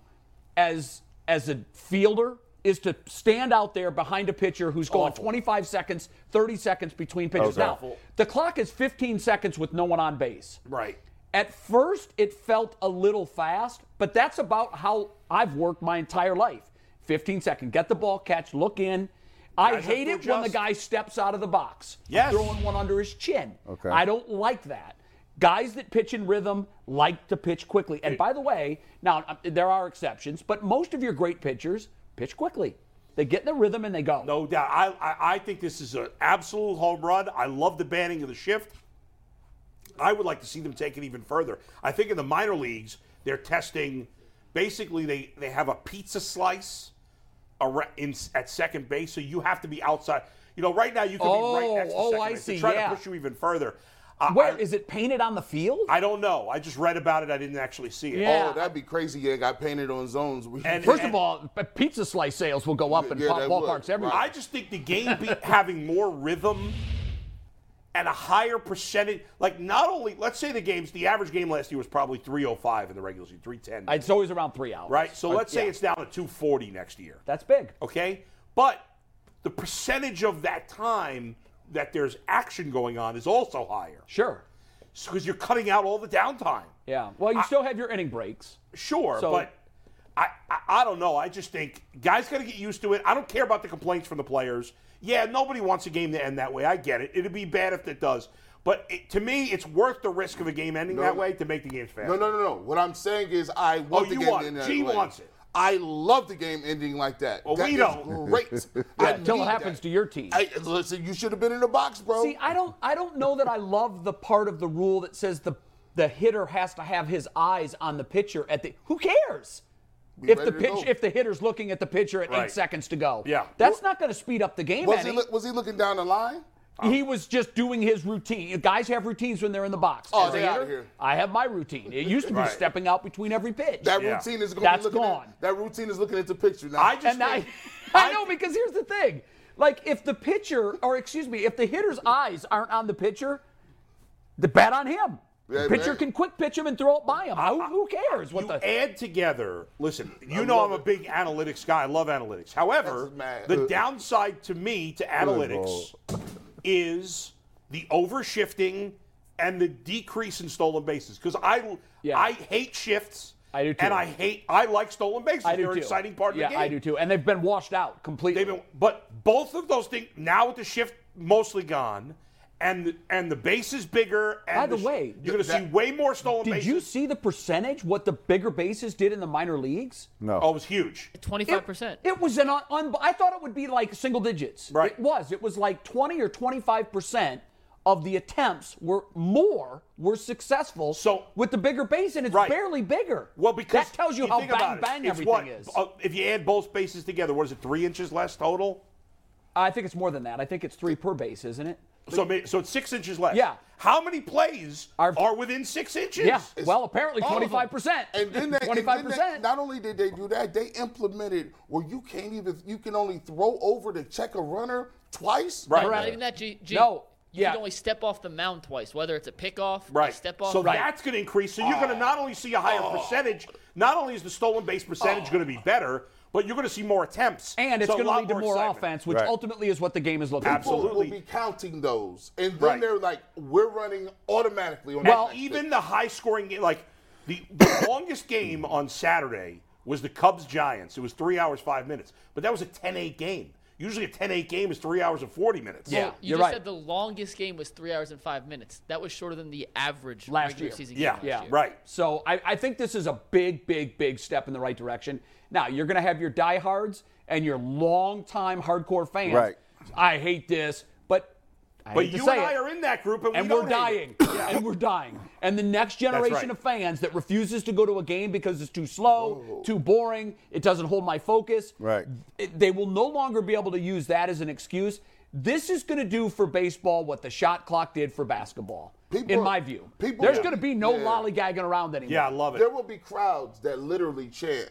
Speaker 1: as, as a fielder is to stand out there behind a pitcher who's going 25 seconds, 30 seconds between pitches.
Speaker 4: Okay.
Speaker 1: Now, the clock is 15 seconds with no one on base.
Speaker 3: Right.
Speaker 1: At first, it felt a little fast, but that's about how I've worked my entire life. 15 second, get the ball, catch, look in. I
Speaker 3: Guys have
Speaker 1: hate
Speaker 3: to
Speaker 1: it when the
Speaker 3: adjust.
Speaker 1: guy steps out of the box,
Speaker 3: Yes.
Speaker 1: throwing one under his chin.
Speaker 4: Okay.
Speaker 1: I don't like that. Guys that pitch in rhythm like to pitch quickly. And by the way, now uh, there are exceptions, but most of your great pitchers pitch quickly. They get in the rhythm and they go.
Speaker 3: No doubt. I, I, I think this is an absolute home run. I love the banning of the shift. I would like to see them take it even further. I think in the minor leagues, they're testing basically, they, they have a pizza slice ar- in, at second base, so you have to be outside. You know, right now you can be right
Speaker 1: Oh,
Speaker 3: next to
Speaker 1: oh,
Speaker 3: second
Speaker 1: I
Speaker 3: base. They're
Speaker 1: see,
Speaker 3: trying
Speaker 1: yeah.
Speaker 3: to push you even further. Uh,
Speaker 1: Where is
Speaker 3: I,
Speaker 1: it painted on the field?
Speaker 3: I don't know. I just read about it. I didn't actually see it.
Speaker 1: Yeah.
Speaker 5: Oh, that'd be crazy. Yeah, got painted on zones.
Speaker 3: And-
Speaker 1: First of all, p- pizza slice sales will go up in
Speaker 5: Yeah,
Speaker 1: pop
Speaker 5: they would.
Speaker 1: ballparks everywhere.
Speaker 3: Oh, I just think the game be *laughs* having more rhythm and a higher percentage. Like, not only, let's say the games, the average game last year was probably 305 in the regular season, 310.
Speaker 1: It's always around three hours.
Speaker 3: right? So let's say
Speaker 1: yeah.
Speaker 3: it's down to 240 next year.
Speaker 1: That's big.
Speaker 3: Okay? But the percentage of that time that there's action going on is also higher
Speaker 1: Sure.
Speaker 3: because you're cutting out all the downtime.
Speaker 1: Yeah. Well, you still have your inning breaks.
Speaker 3: Sure,
Speaker 1: So-
Speaker 3: but I, I I don't know. I just think guys got to get used to it. I don't care about the complaints from the players. Yeah, nobody wants a game to end that way. I get it. It'd be bad if it does. But it, to me, it's worth the risk of a game ending that way to make the games faster.
Speaker 5: *laughs* No, no, no, no. What I'm saying is, I want the
Speaker 3: Oh, you
Speaker 5: game
Speaker 3: want-
Speaker 5: to end that
Speaker 3: G
Speaker 5: way.
Speaker 3: wants it.
Speaker 5: I love the game ending like that.
Speaker 3: Well,
Speaker 5: That
Speaker 3: we
Speaker 5: is
Speaker 3: don't. *laughs*
Speaker 5: Great. I
Speaker 1: Until it
Speaker 5: need
Speaker 1: happens
Speaker 5: that.
Speaker 1: to your team.
Speaker 5: I, listen, you should have been in the box, bro.
Speaker 1: See, I don't I don't know that I love the part of the rule that says the the hitter has to have his eyes on the pitcher at the who cares? if
Speaker 5: ready
Speaker 1: the
Speaker 5: to
Speaker 1: pitch
Speaker 5: go.
Speaker 1: if the hitter's looking at the pitcher at
Speaker 3: Right.
Speaker 1: eight seconds to go.
Speaker 3: Yeah.
Speaker 1: That's not gonna speed up the game
Speaker 5: was
Speaker 1: any.
Speaker 5: he li- was he looking down the line?
Speaker 1: He
Speaker 5: uh,
Speaker 1: was just doing his routine. Guys have routines when they're in the box.
Speaker 5: Oh,
Speaker 1: As a
Speaker 5: they outta
Speaker 1: hitter,
Speaker 5: here.
Speaker 1: I have my routine. It used to be
Speaker 3: Right.
Speaker 1: stepping out between every pitch.
Speaker 5: That
Speaker 3: Yeah.
Speaker 5: routine is going.
Speaker 1: That's
Speaker 5: be looking at-
Speaker 1: gone.
Speaker 5: that routine is looking at the picture now.
Speaker 3: I just
Speaker 1: and I,
Speaker 3: think,
Speaker 1: *laughs* I know because here's the thing. Like if the pitcher, or excuse me, if the hitter's eyes aren't on the pitcher, the bat on him.
Speaker 5: Yeah,
Speaker 1: pitcher
Speaker 5: man.
Speaker 1: can quick pitch him and throw it by him. Who, who cares what
Speaker 3: you
Speaker 1: the
Speaker 3: add together. Listen, you know I'm
Speaker 5: love
Speaker 3: a
Speaker 5: it.
Speaker 3: big analytics guy. I love analytics. However,
Speaker 5: That's mad.
Speaker 3: the
Speaker 5: Uh,
Speaker 3: downside to me to analytics is the overshifting and the decrease in stolen bases because I
Speaker 1: Yeah.
Speaker 3: I hate shifts.
Speaker 1: I do too.
Speaker 3: And I hate I like stolen bases.
Speaker 1: I do
Speaker 3: They're an
Speaker 1: too.
Speaker 3: exciting part
Speaker 1: yeah,
Speaker 3: of the game.
Speaker 1: I do too. And they've been washed out completely.
Speaker 3: They've been, but both of those things now with the shift mostly gone, and the, and the base is bigger. And
Speaker 1: By the
Speaker 3: sh-
Speaker 1: way,
Speaker 3: you're going to
Speaker 5: that-
Speaker 3: see way more stolen
Speaker 1: Did
Speaker 3: bases.
Speaker 1: you see the percentage? What the bigger bases did in the minor leagues?
Speaker 4: No.
Speaker 3: Oh, it was huge.
Speaker 2: Twenty-five percent.
Speaker 1: It was an un- un- I thought it would be like single digits.
Speaker 3: Right.
Speaker 1: It was. It was like 20 or 25 percent of the attempts were more were successful.
Speaker 3: So-
Speaker 1: with the bigger base and it's
Speaker 3: Right.
Speaker 1: barely bigger.
Speaker 3: Well, because
Speaker 1: that tells you,
Speaker 3: you
Speaker 1: how
Speaker 3: think about
Speaker 1: bang
Speaker 3: it,
Speaker 1: bang
Speaker 3: it's
Speaker 1: everything
Speaker 3: what-
Speaker 1: is.
Speaker 3: uh, if you add both bases together, what is it? Three inches less total.
Speaker 1: I think it's more than that. I think it's three per base, isn't it?
Speaker 3: So may- so it's six inches less.
Speaker 1: Yeah.
Speaker 3: How many plays
Speaker 1: Our-
Speaker 3: are, within six inches?
Speaker 1: Yeah. Well, apparently
Speaker 5: All of them.
Speaker 1: 25 percent.
Speaker 5: And then they, and then they-
Speaker 1: 25 percent.
Speaker 5: Not only did they do that, they implemented where you can't even you can only throw over to check a runner twice.
Speaker 3: Right.
Speaker 2: Not even that. G, G,
Speaker 1: No,
Speaker 2: You
Speaker 1: yeah.
Speaker 2: can only step off the mound twice, whether it's a pickoff, a
Speaker 3: Right.
Speaker 2: step off.
Speaker 3: So
Speaker 2: Right. Oh.
Speaker 3: that's going to increase. So you're going to not only see a higher percentage, not only is the stolen base
Speaker 2: Oh.
Speaker 3: percentage going to be better, but you're going to see more attempts.
Speaker 1: And it's
Speaker 3: So a
Speaker 1: going to
Speaker 3: lot
Speaker 1: lead to more
Speaker 3: excitement.
Speaker 1: offense, which
Speaker 4: Right.
Speaker 1: ultimately is what the game is looking
Speaker 5: People
Speaker 3: Absolutely.
Speaker 5: will be counting those, and then
Speaker 3: Right.
Speaker 5: they're like, "We're running automatically." On
Speaker 3: Well,
Speaker 5: that next
Speaker 3: even
Speaker 5: pitch.
Speaker 3: the high scoring game, like the, the *coughs* longest game on Saturday was the Cubs Giants. It was three hours, five minutes. But that was a 10 8 game. Usually a 10 8 game is three hours and 40 minutes.
Speaker 1: Yeah.
Speaker 2: You
Speaker 1: You're
Speaker 2: just
Speaker 1: right.
Speaker 2: said the longest game was three hours and five minutes. That was shorter than the average
Speaker 1: Last
Speaker 2: regular
Speaker 1: year.
Speaker 2: season
Speaker 3: Yeah.
Speaker 2: game.
Speaker 3: yeah.
Speaker 2: last year.
Speaker 3: Right.
Speaker 1: So I, I think this is a big, big, big step in the right direction. Now you're going to have your diehards and your longtime hardcore fans.
Speaker 4: Right.
Speaker 1: I hate this, but I
Speaker 3: But
Speaker 1: hate to
Speaker 3: you
Speaker 1: say
Speaker 3: and I
Speaker 1: it,
Speaker 3: are in that group, and,
Speaker 1: and
Speaker 3: we
Speaker 1: we're
Speaker 3: don't hate it.
Speaker 1: dying,
Speaker 3: *coughs*
Speaker 1: and we're dying. And the next generation
Speaker 3: right.
Speaker 1: of fans that refuses to go to a game because it's too slow, too boring, it doesn't hold my focus.
Speaker 4: Right.
Speaker 1: it- they will no longer be able to use that as an excuse. This is going to do for baseball what the shot clock did for basketball,
Speaker 5: People
Speaker 1: in
Speaker 5: are-
Speaker 1: my view.
Speaker 5: people
Speaker 1: There's
Speaker 5: are-
Speaker 1: going to be no
Speaker 5: yeah.
Speaker 1: lollygagging around anymore.
Speaker 3: Yeah, I love it.
Speaker 5: there will be crowds that literally chant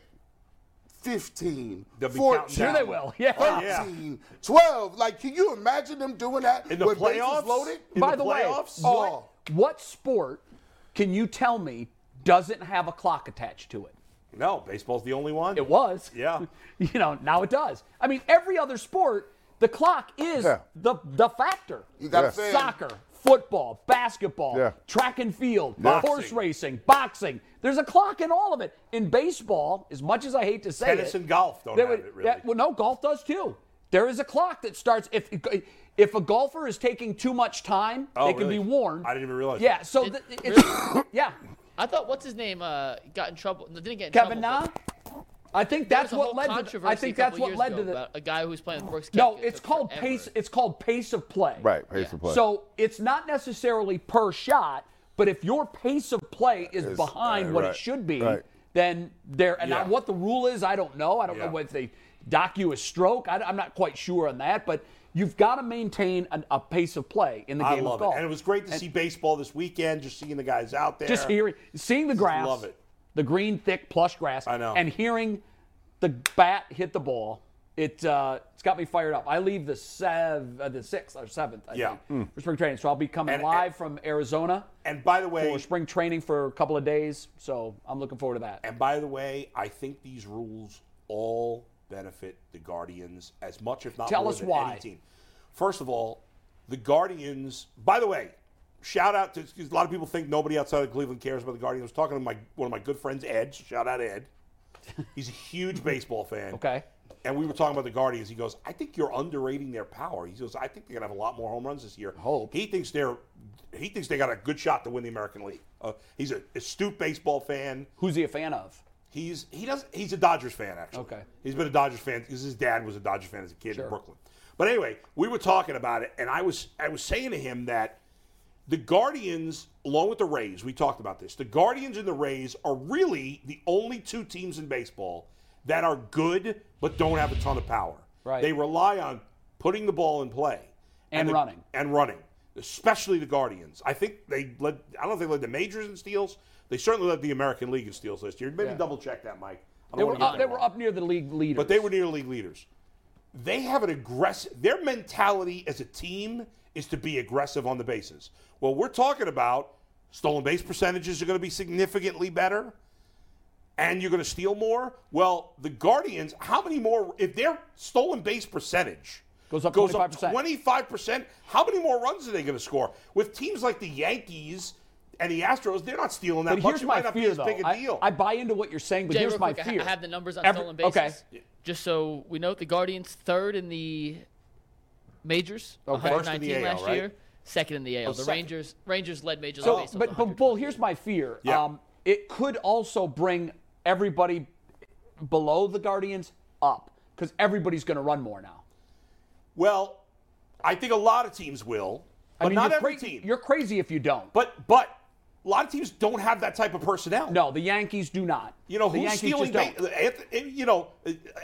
Speaker 5: 15,
Speaker 3: They'll be counting
Speaker 5: 14,
Speaker 3: down.
Speaker 1: Sure they will. Yeah.
Speaker 3: Oh, yeah.
Speaker 5: 13, 12. Like, can you imagine them doing that
Speaker 3: In the
Speaker 5: with bases
Speaker 3: playoffs?
Speaker 5: loaded?
Speaker 3: In
Speaker 1: By
Speaker 3: the
Speaker 1: the, way, oh,
Speaker 3: playoffs?
Speaker 1: what, what sport can you tell me doesn't have a clock attached to it?
Speaker 3: No, baseball's the only one.
Speaker 1: It was.
Speaker 3: Yeah.
Speaker 1: *laughs* You know, now it does. I mean, every other sport, the clock is
Speaker 4: Yeah.
Speaker 1: the the factor.
Speaker 5: You got
Speaker 4: Yeah.
Speaker 5: a fan.
Speaker 1: Soccer, football, basketball,
Speaker 4: Yeah.
Speaker 1: track and field,
Speaker 3: Boxing.
Speaker 1: horse racing, boxing. There's a clock in all of it. In baseball, as much as I hate to say
Speaker 3: Tennis
Speaker 1: it,
Speaker 3: and golf don't
Speaker 1: They
Speaker 3: have
Speaker 1: would-
Speaker 3: it really.
Speaker 1: yeah, well, no, golf does too. There is a clock that starts if if a golfer is taking too much time,
Speaker 3: Oh,
Speaker 1: they can
Speaker 3: really?
Speaker 1: be warned.
Speaker 3: I didn't even realize
Speaker 1: Yeah,
Speaker 3: that.
Speaker 1: so
Speaker 2: Did-
Speaker 1: th- it's, *coughs* yeah,
Speaker 2: I thought what's his name uh, got in trouble. No, didn't get in
Speaker 1: Kevin
Speaker 2: trouble.
Speaker 1: Na. I think
Speaker 2: There
Speaker 1: that's
Speaker 2: was a
Speaker 1: what
Speaker 2: whole
Speaker 1: led to. the-
Speaker 2: controversy
Speaker 1: I
Speaker 2: a
Speaker 1: think
Speaker 2: couple
Speaker 1: that's what
Speaker 2: years
Speaker 1: led
Speaker 2: ago
Speaker 1: to the.
Speaker 2: about a guy who was playing with Brooks.
Speaker 1: No,
Speaker 2: Koepka. It
Speaker 1: it's
Speaker 2: took
Speaker 1: called
Speaker 2: forever.
Speaker 1: pace. It's called pace of play.
Speaker 4: Right. Pace of play.
Speaker 1: So it's not necessarily per shot, but if your pace of play is
Speaker 4: Is-
Speaker 1: behind
Speaker 4: uh,
Speaker 1: what it
Speaker 4: right,
Speaker 1: should be,
Speaker 4: right.
Speaker 1: then there. And now
Speaker 3: Yeah.
Speaker 1: what the rule is, I don't know. I don't
Speaker 3: Yeah.
Speaker 1: know what they dock you a stroke. I, am not quite sure on that, but you've got to maintain an, a pace of play in the
Speaker 3: I
Speaker 1: game of
Speaker 3: love it.
Speaker 1: golf.
Speaker 3: And it was great to see baseball this weekend, just seeing the guys out there.
Speaker 1: just hearing, seeing the grass,
Speaker 3: love it.
Speaker 1: the green, thick, plush grass,
Speaker 3: I know.
Speaker 1: and hearing the bat hit the ball. It uh, it's got me fired up. I leave the sev, uh, the sixth or seventh, I
Speaker 3: Yeah. Hmm.
Speaker 1: think, for spring training. So I'll be coming
Speaker 3: And-
Speaker 1: live
Speaker 3: and-
Speaker 1: from Arizona
Speaker 3: And by the way,
Speaker 1: for spring training for a couple of days. So I'm looking forward to that.
Speaker 3: And by the way, I think these rules all benefit the Guardians as much, if not
Speaker 1: Tell
Speaker 3: more
Speaker 1: us
Speaker 3: than
Speaker 1: why.
Speaker 3: any team. First of all, the Guardians. By the way, shout out to 'cause a lot of people think nobody outside of Cleveland cares about the Guardians. I was talking to my one of my good friends, Ed. Shout out
Speaker 1: *laughs*
Speaker 3: Ed. He's a huge baseball fan.
Speaker 1: Okay.
Speaker 3: And we were talking about the Guardians. He goes, I think you're underrating their power. He goes, I think they're gonna have a lot more home runs this year.
Speaker 1: Hope.
Speaker 3: He thinks they're he thinks they got a good shot to win the American League. Uh, he's an astute baseball fan.
Speaker 1: Who's he a fan of?
Speaker 3: He's he does he's a Dodgers fan actually.
Speaker 1: Okay.
Speaker 3: He's been a Dodgers fan because his dad was a Dodgers fan as a kid in Brooklyn. But anyway, we were talking about it, and I was I was saying to him that the Guardians, along with the Rays, we talked about this. The Guardians and the Rays are really the only two teams in baseball that are good but don't have a ton of power.
Speaker 1: Right.
Speaker 3: They rely on putting the ball in play
Speaker 1: And
Speaker 3: the-
Speaker 1: running.
Speaker 3: and running, especially the Guardians. I think they led. I don't think they led the majors in steals. They certainly led the American League in steals last year. Maybe
Speaker 1: Yeah.
Speaker 3: double check that, Mike. I don't
Speaker 1: They
Speaker 3: wanna
Speaker 1: were,
Speaker 3: get
Speaker 1: up,
Speaker 3: that
Speaker 1: they were
Speaker 3: wrong.
Speaker 1: up near the league leaders.
Speaker 3: But they were near league leaders. They have an aggressive. Their mentality as a team is to be aggressive on the bases. Well, we're talking about stolen base percentages are going to be significantly better, and you're going to steal more. Well, the Guardians, how many more? If their stolen base percentage
Speaker 1: Goes up 25%.
Speaker 3: 25 percent. How many more runs are they going to score? With teams like the Yankees and the Astros, they're not stealing that
Speaker 1: But
Speaker 3: much.
Speaker 1: here's
Speaker 3: It
Speaker 1: my
Speaker 3: might not be
Speaker 1: fear,
Speaker 3: as
Speaker 1: though.
Speaker 3: big a
Speaker 1: I,
Speaker 3: deal.
Speaker 1: I buy into what you're saying, but
Speaker 2: Jay,
Speaker 1: here's
Speaker 2: real
Speaker 1: my
Speaker 2: quick, I ha-
Speaker 1: fear.
Speaker 2: I have the numbers on
Speaker 1: Every-
Speaker 2: stolen
Speaker 1: okay.
Speaker 2: bases. Just so we know, the Guardians third in the majors,
Speaker 1: Okay. First
Speaker 3: Oh, in the
Speaker 2: 119
Speaker 3: AL,
Speaker 2: last
Speaker 3: right?
Speaker 2: year. Second in the AL.
Speaker 3: Oh,
Speaker 2: the
Speaker 3: second.
Speaker 2: Rangers Rangers led majors
Speaker 1: So,
Speaker 2: based on
Speaker 1: Oh, but, but
Speaker 2: 100.
Speaker 1: Bull, here's my fear.
Speaker 3: Yeah.
Speaker 1: Um, it could also bring everybody below the Guardians up because everybody's going to run more now.
Speaker 3: Well, I think a lot of teams will, but
Speaker 1: I mean,
Speaker 3: not
Speaker 1: you're,
Speaker 3: every
Speaker 1: cra-
Speaker 3: team.
Speaker 1: you're crazy if you don't.
Speaker 3: but but a lot of teams don't have that type of personnel.
Speaker 1: no, the Yankees do not.
Speaker 3: You know
Speaker 1: the
Speaker 3: who's
Speaker 1: Yankees
Speaker 3: stealing?
Speaker 1: just don't.
Speaker 3: Ba- Anth- you know,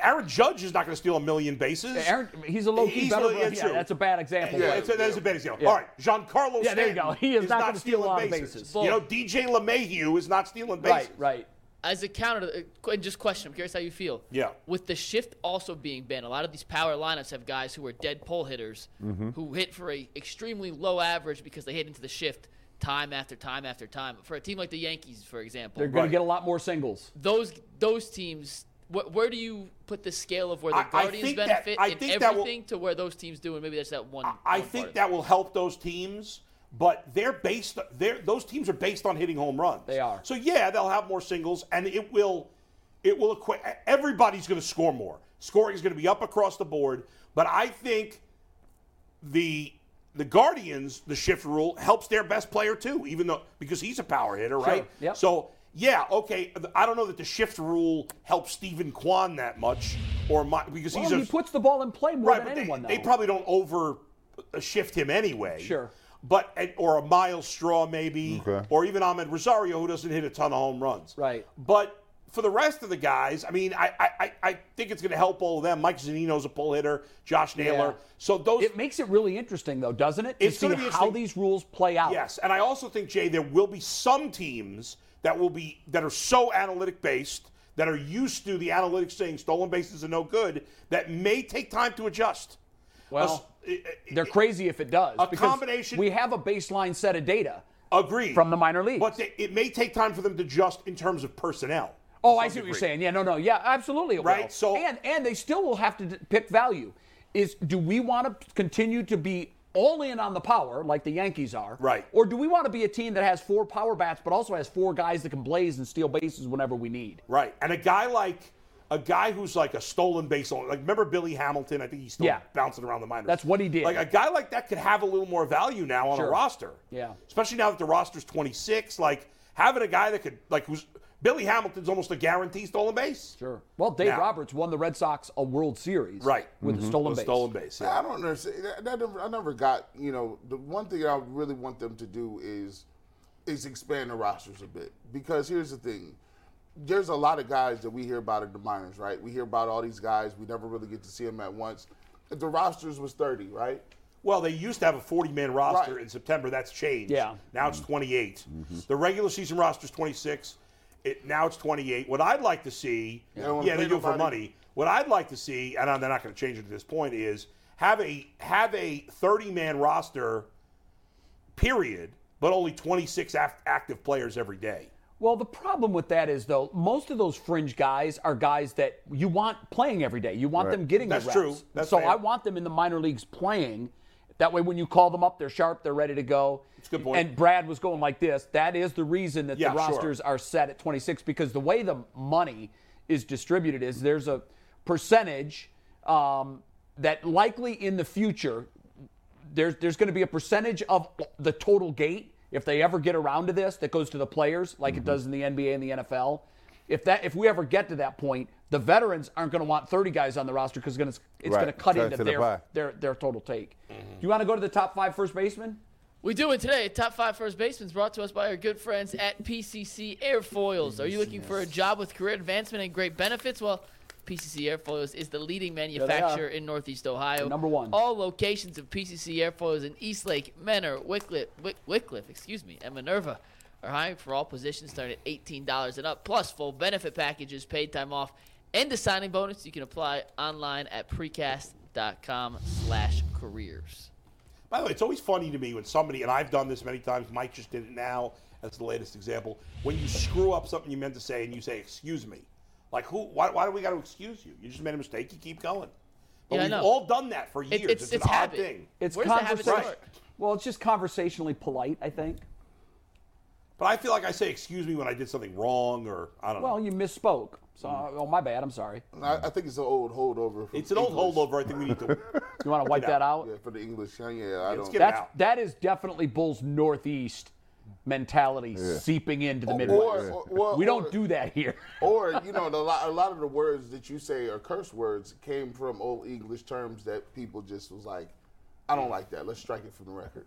Speaker 3: Aaron Judge is not going to steal a million bases.
Speaker 1: Aaron, he's a low key
Speaker 3: He's
Speaker 1: better.
Speaker 3: low- yeah,
Speaker 1: yeah,
Speaker 3: true.
Speaker 1: that's a bad example.
Speaker 3: yeah,
Speaker 1: but-
Speaker 3: it's a, that is a bad example.
Speaker 1: Yeah.
Speaker 3: All right, Giancarlo.
Speaker 1: Yeah, there you go.
Speaker 3: Stanton
Speaker 1: He is not gonna steal a
Speaker 3: stealing
Speaker 1: lot of bases.
Speaker 3: You know, DJ LeMahieu is not stealing bases.
Speaker 1: right, right.
Speaker 2: as a counter, to- uh, qu- and just question, I'm curious how you feel.
Speaker 3: Yeah.
Speaker 2: With the shift also being banned, a lot of these power lineups have guys who are dead pole hitters
Speaker 3: Mm-hmm.
Speaker 2: who hit for a extremely low average because they hit into the shift time after time after time. For a team like the Yankees, for example,
Speaker 1: They're going
Speaker 3: Right.
Speaker 1: to get a lot more singles.
Speaker 2: those those teams. Wh- where do you put the scale of where the
Speaker 3: I- I
Speaker 2: Guardians
Speaker 3: think that-
Speaker 2: benefit
Speaker 3: I
Speaker 2: in
Speaker 3: think that will-
Speaker 2: everything to where those teams do, and maybe that's that one.
Speaker 3: I
Speaker 2: one part
Speaker 3: think
Speaker 2: of it.
Speaker 3: that will help those teams, but they're based. They're, those teams are based on hitting home runs.
Speaker 1: They are.
Speaker 3: So yeah, they'll have more singles, and it will, it will equate. Everybody's going to score more. Scoring is going to be up across the board. But I think the the Guardians, the shift rule helps their best player too, even though because he's a power hitter, right?
Speaker 1: yep.
Speaker 3: So yeah, okay. I don't know that the shift rule helps Stephen Kwan that much, or my, because
Speaker 1: Well,
Speaker 3: he's a
Speaker 1: he puts the ball in play more
Speaker 3: right,
Speaker 1: than
Speaker 3: but they-
Speaker 1: anyone,
Speaker 3: they,
Speaker 1: though.
Speaker 3: probably don't over uh, shift him anyway.
Speaker 1: Sure.
Speaker 3: But and- or a Miles Straw maybe, or even Ahmed Rosario who doesn't hit a ton of home runs.
Speaker 1: Right.
Speaker 3: But for the rest of the guys, I mean, I I, I- I think it's going to help all of them. Mike Zanino's a pull hitter. Josh Naylor.
Speaker 1: Yeah.
Speaker 3: So those
Speaker 1: It makes it really interesting, though, doesn't it? To
Speaker 3: It's
Speaker 1: see
Speaker 3: gonna be
Speaker 1: how
Speaker 3: interesting.
Speaker 1: these rules play out.
Speaker 3: Yes, and I also think Jay, there will be some teams that will be that are so analytic based that are used to the analytics saying stolen bases are no good that may take time to adjust.
Speaker 1: Well,
Speaker 3: Us- i- i-
Speaker 1: They're crazy if it does.
Speaker 3: A
Speaker 1: because
Speaker 3: combination-
Speaker 1: We have a baseline set of data.
Speaker 3: Agreed.
Speaker 1: From the minor leagues.
Speaker 3: But they, it may take time for them to adjust in terms of personnel.
Speaker 1: Oh,
Speaker 3: to
Speaker 1: I
Speaker 3: some
Speaker 1: see what you're
Speaker 3: degree.
Speaker 1: saying. Yeah, no, no, yeah, absolutely. It
Speaker 3: Right,
Speaker 1: Will.
Speaker 3: so-
Speaker 1: and and they still will have to d- pick value. Is do we want to continue to be all in on the power like the Yankees are?
Speaker 3: Right.
Speaker 1: Or do we want to be a team that has four power bats but also has four guys that can blaze and steal bases whenever we need?
Speaker 3: Right. And a guy like a guy who's like a stolen base owner, like remember Billy Hamilton? I think he's still
Speaker 1: Yeah.
Speaker 3: bouncing around the minors.
Speaker 1: That's what he did.
Speaker 3: Like a guy like that could have a little more value now on
Speaker 1: Sure.
Speaker 3: a roster.
Speaker 1: Yeah.
Speaker 3: Especially now that the roster's 26, like having a guy that could like who's Billy Hamilton's almost a guarantee stolen base.
Speaker 1: Sure. Well, Dave
Speaker 3: Now-
Speaker 1: Roberts won the Red Sox a World Series.
Speaker 3: Right.
Speaker 1: With a stolen
Speaker 3: A
Speaker 1: base.
Speaker 3: stolen base.
Speaker 5: I
Speaker 3: Yeah.
Speaker 5: don't understand. That, that never, I never got. You know, the one thing I really want them to do is is expand the rosters a bit because here's the thing. There's a lot of guys that we hear about in the minors, right? We hear about all these guys. We never really get to see them at once. If the rosters was 30, right?
Speaker 3: Well, they used to have a 40 man roster
Speaker 5: Right. Mm-hmm.
Speaker 3: in September. That's changed.
Speaker 1: Yeah.
Speaker 3: Now it's 28. The regular season roster is 26. It, now it's 28. What I'd like to see,
Speaker 5: don't
Speaker 3: yeah,
Speaker 5: wanna
Speaker 3: they
Speaker 5: pay
Speaker 3: do it for
Speaker 5: nobody.
Speaker 3: money. What I'd like to see, and I'm- they're not going to change it at this point, is have a have a 30 man roster, period, but only 26 act- active players every day.
Speaker 1: Well, the problem with that is though, most of those fringe guys are guys that you want playing every day. You want them getting
Speaker 3: That's
Speaker 1: the
Speaker 3: true.
Speaker 1: reps.
Speaker 3: That's
Speaker 1: so
Speaker 3: fair.
Speaker 1: I want them in the minor leagues playing. That way, when you call them up, they're sharp, they're ready to go. It's
Speaker 3: a good point.
Speaker 1: And Brad was going like this. That is the reason that
Speaker 3: Yeah,
Speaker 1: the
Speaker 3: sure.
Speaker 1: rosters are set at 26 because the way the money is distributed is there's a percentage um, that likely in the future there's there's going to be a percentage of the total gate if they ever get around to this that goes to the players like
Speaker 4: Mm-hmm.
Speaker 1: it does in the NBA and the NFL. If that if we ever get to that point, the veterans aren't going to want 30 guys on the roster because it's
Speaker 4: Right.
Speaker 1: going to cut
Speaker 4: Cut
Speaker 1: into
Speaker 4: to the
Speaker 1: their,
Speaker 4: pie.
Speaker 1: their their total take.
Speaker 2: Mm-hmm.
Speaker 1: Do you want to go to the top five first baseman?
Speaker 2: We do it today. Top five first basemans brought to us by our good friends at PCC Airfoils. Are you looking for a job with career advancement and great benefits? Well, PCC Airfoils is the leading manufacturer in Northeast Ohio.
Speaker 1: Number one.
Speaker 2: All locations of PCC Airfoils in Eastlake, Menor, Wickliffe, Wick, Wickliffe, excuse me, and Minerva are hiring for all positions starting at $18 and up, plus full benefit packages, paid time off, and a signing bonus. You can apply online at precast.com slash careers.
Speaker 3: By the way, it's always funny to me when somebody, and I've done this many times, Mike just did it now as the latest example, when you screw up something you meant to say and you say, excuse me. Like, who? Why, why do we got to excuse you? You just made a mistake. You keep going. But
Speaker 2: Yeah, I
Speaker 3: we've
Speaker 2: know.
Speaker 3: all done that for years.
Speaker 2: It-
Speaker 3: it's,
Speaker 2: it's,
Speaker 3: an
Speaker 2: it's habit.
Speaker 3: odd thing.
Speaker 1: It's
Speaker 2: Where does the habit
Speaker 1: conversation-
Speaker 2: start?
Speaker 1: Well, it's just conversationally polite, I think.
Speaker 3: But I feel like I say, excuse me when I did something wrong or I don't
Speaker 1: Well,
Speaker 3: know.
Speaker 1: you misspoke. So,
Speaker 4: Mm.
Speaker 1: oh my bad. I'm sorry.
Speaker 5: I, I think it's an old holdover. From
Speaker 3: It's an old
Speaker 5: English.
Speaker 3: holdover. I think we need to.
Speaker 1: *laughs* You
Speaker 4: *laughs*
Speaker 1: want to wipe that out?
Speaker 5: Yeah, for the English. Yeah, yeah I
Speaker 3: Let's
Speaker 5: don't.
Speaker 3: get
Speaker 1: That's
Speaker 3: out.
Speaker 1: that is definitely Bull's Northeast mentality seeping into the Midwest.
Speaker 5: or, or, or,
Speaker 1: we
Speaker 5: or-
Speaker 1: don't do that here. *laughs*
Speaker 5: Or you know, the, lo- a lot of the words that you say are curse words came from old English terms that people just was like, I don't like that. Let's strike it from the record.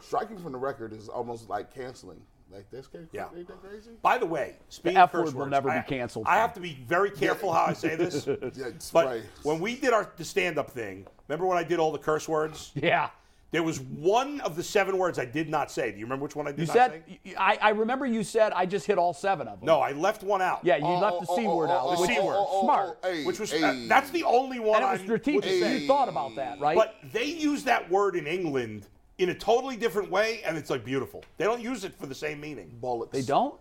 Speaker 5: Striking from the record is almost like canceling. Like that's crazy.
Speaker 3: Yeah.
Speaker 5: Ain't that crazy?
Speaker 3: By the way, speaking
Speaker 1: The F
Speaker 3: of curse
Speaker 1: word will
Speaker 3: words,
Speaker 1: never be
Speaker 3: I-
Speaker 1: canceled.
Speaker 3: I have to be very careful how I say
Speaker 1: *laughs*
Speaker 3: this.
Speaker 5: That's
Speaker 3: but
Speaker 5: right.
Speaker 3: when we did our the stand-up thing, remember when I did all the curse words?
Speaker 1: Yeah.
Speaker 3: There was one of the seven words I did not say. Do you remember which one I did
Speaker 1: You
Speaker 3: not
Speaker 1: said
Speaker 3: say?
Speaker 1: I, I remember you said I just hit all seven of them.
Speaker 3: No, I left one out.
Speaker 1: Yeah, you
Speaker 5: Oh,
Speaker 1: left the
Speaker 5: oh,
Speaker 1: C
Speaker 5: oh,
Speaker 1: word
Speaker 5: oh,
Speaker 1: out.
Speaker 5: oh,
Speaker 1: which
Speaker 3: C
Speaker 1: is
Speaker 3: word.
Speaker 1: Smart.
Speaker 5: hey,
Speaker 3: Which was uh,
Speaker 5: hey.
Speaker 3: that's the only one
Speaker 1: and it was
Speaker 3: I-
Speaker 1: strategic.
Speaker 5: Hey.
Speaker 1: You thought about that, right?
Speaker 3: But they use that word in England in a totally different way, and it's like beautiful. They don't use it for the same meaning.
Speaker 5: bullets.
Speaker 1: they don't?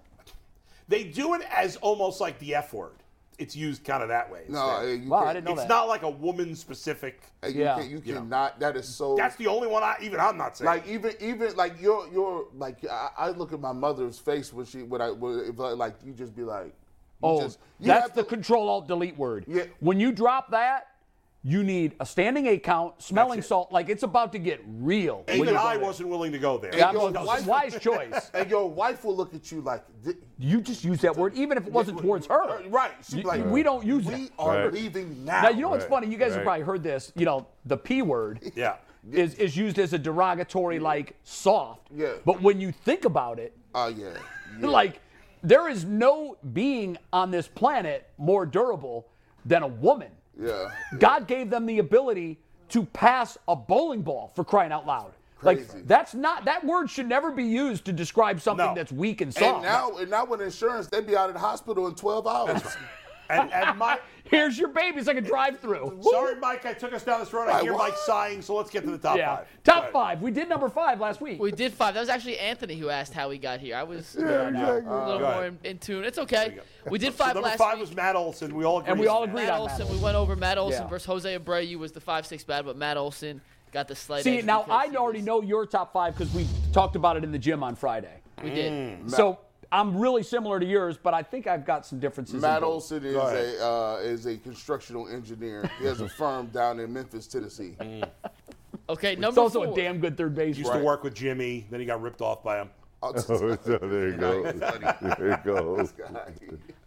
Speaker 3: They do it as almost like the F word. It's used kind of that way.
Speaker 5: No,
Speaker 3: instead.
Speaker 5: hey, you
Speaker 1: Wow, I
Speaker 5: can't-
Speaker 1: didn't know
Speaker 3: it's
Speaker 1: that.
Speaker 3: not like a woman specific.
Speaker 5: hey, you,
Speaker 1: Yeah.
Speaker 5: can't, you
Speaker 3: You know.
Speaker 5: cannot. That is so.
Speaker 3: That's the only one I even I'm not saying.
Speaker 5: Like even even like your your like I, I look at my mother's face when she when I when, if I- like you just be like you
Speaker 1: oh,
Speaker 5: just- you
Speaker 1: that's
Speaker 5: have
Speaker 1: the
Speaker 5: to-
Speaker 1: control alt delete word.
Speaker 5: Yeah.
Speaker 1: When you drop that, you need a standing eight count, smelling
Speaker 3: That's it.
Speaker 1: salt, like it's about to get real. when
Speaker 3: even
Speaker 1: you go
Speaker 3: I
Speaker 1: there.
Speaker 3: wasn't willing to go there.
Speaker 1: Yeah, I
Speaker 5: Yo,
Speaker 1: mean,
Speaker 5: the
Speaker 1: wise,
Speaker 5: wife-
Speaker 3: *laughs*
Speaker 1: choice.
Speaker 5: and your wife will look at you like "Th-
Speaker 1: You just use that word, even if it wasn't towards her.
Speaker 5: Uh, right she's
Speaker 1: You-
Speaker 5: like
Speaker 1: we don't use
Speaker 5: we
Speaker 1: it.
Speaker 5: are
Speaker 4: Right.
Speaker 5: leaving now
Speaker 1: Now you know what's
Speaker 4: Right,
Speaker 1: funny. You guys have
Speaker 4: right.
Speaker 1: probably heard this. You know, the p word
Speaker 3: yeah.
Speaker 1: is is used as a derogatory, like soft.
Speaker 5: Yeah.
Speaker 1: But when you think about it,
Speaker 5: oh yeah, yeah.
Speaker 1: like there is no being on this planet more durable than a woman.
Speaker 5: yeah
Speaker 1: God gave them the ability to pass a bowling ball for crying out loud.
Speaker 5: Crazy.
Speaker 1: Like that's not that word should never be used to describe something
Speaker 3: No.
Speaker 1: that's weak and soft.
Speaker 5: and now and now with insurance they'd be out of the hospital in 12 hours
Speaker 3: And, and my
Speaker 1: Here's your baby. It's like a drive-through.
Speaker 3: sorry, Mike, I took us down this road. I
Speaker 5: Right,
Speaker 3: hear
Speaker 5: wha-
Speaker 3: Mike sighing, so let's get to the top
Speaker 1: Yeah.
Speaker 3: five. Go
Speaker 1: Top
Speaker 3: ahead.
Speaker 1: five. We did number five last week.
Speaker 2: We did five. That was actually Anthony who asked how we got here. I was a little
Speaker 3: Go
Speaker 2: more
Speaker 3: ahead.
Speaker 2: in, in tune. It's okay. We did five
Speaker 3: Number
Speaker 2: last
Speaker 3: five
Speaker 2: week.
Speaker 3: was Matt Olson. We all agreed.
Speaker 1: we all
Speaker 3: on that.
Speaker 1: agreed
Speaker 2: Matt
Speaker 1: on
Speaker 2: Olson.
Speaker 1: Matt
Speaker 2: We went over Matt Olson
Speaker 1: Yeah.
Speaker 2: versus Jose Abreu was the five six battle, but Matt Olson got the slight.
Speaker 1: See,
Speaker 2: edge
Speaker 1: now
Speaker 2: because
Speaker 1: I
Speaker 2: he
Speaker 1: already
Speaker 2: was-
Speaker 1: know your top five because we talked about it in the gym on Friday.
Speaker 2: we did.
Speaker 3: Mm.
Speaker 1: So I'm really similar to yours, but I think I've got some differences. in
Speaker 5: Matt
Speaker 1: both.
Speaker 5: Olson is a uh, is a constructional engineer he has a firm down in Memphis Tennessee
Speaker 2: Okay,
Speaker 1: It's
Speaker 2: number
Speaker 1: also
Speaker 2: four.
Speaker 1: a damn good third baseman.
Speaker 3: Used to work with Jimmy, then he got ripped off by him.
Speaker 4: Oh, *laughs* so there you go. *laughs* there it goes.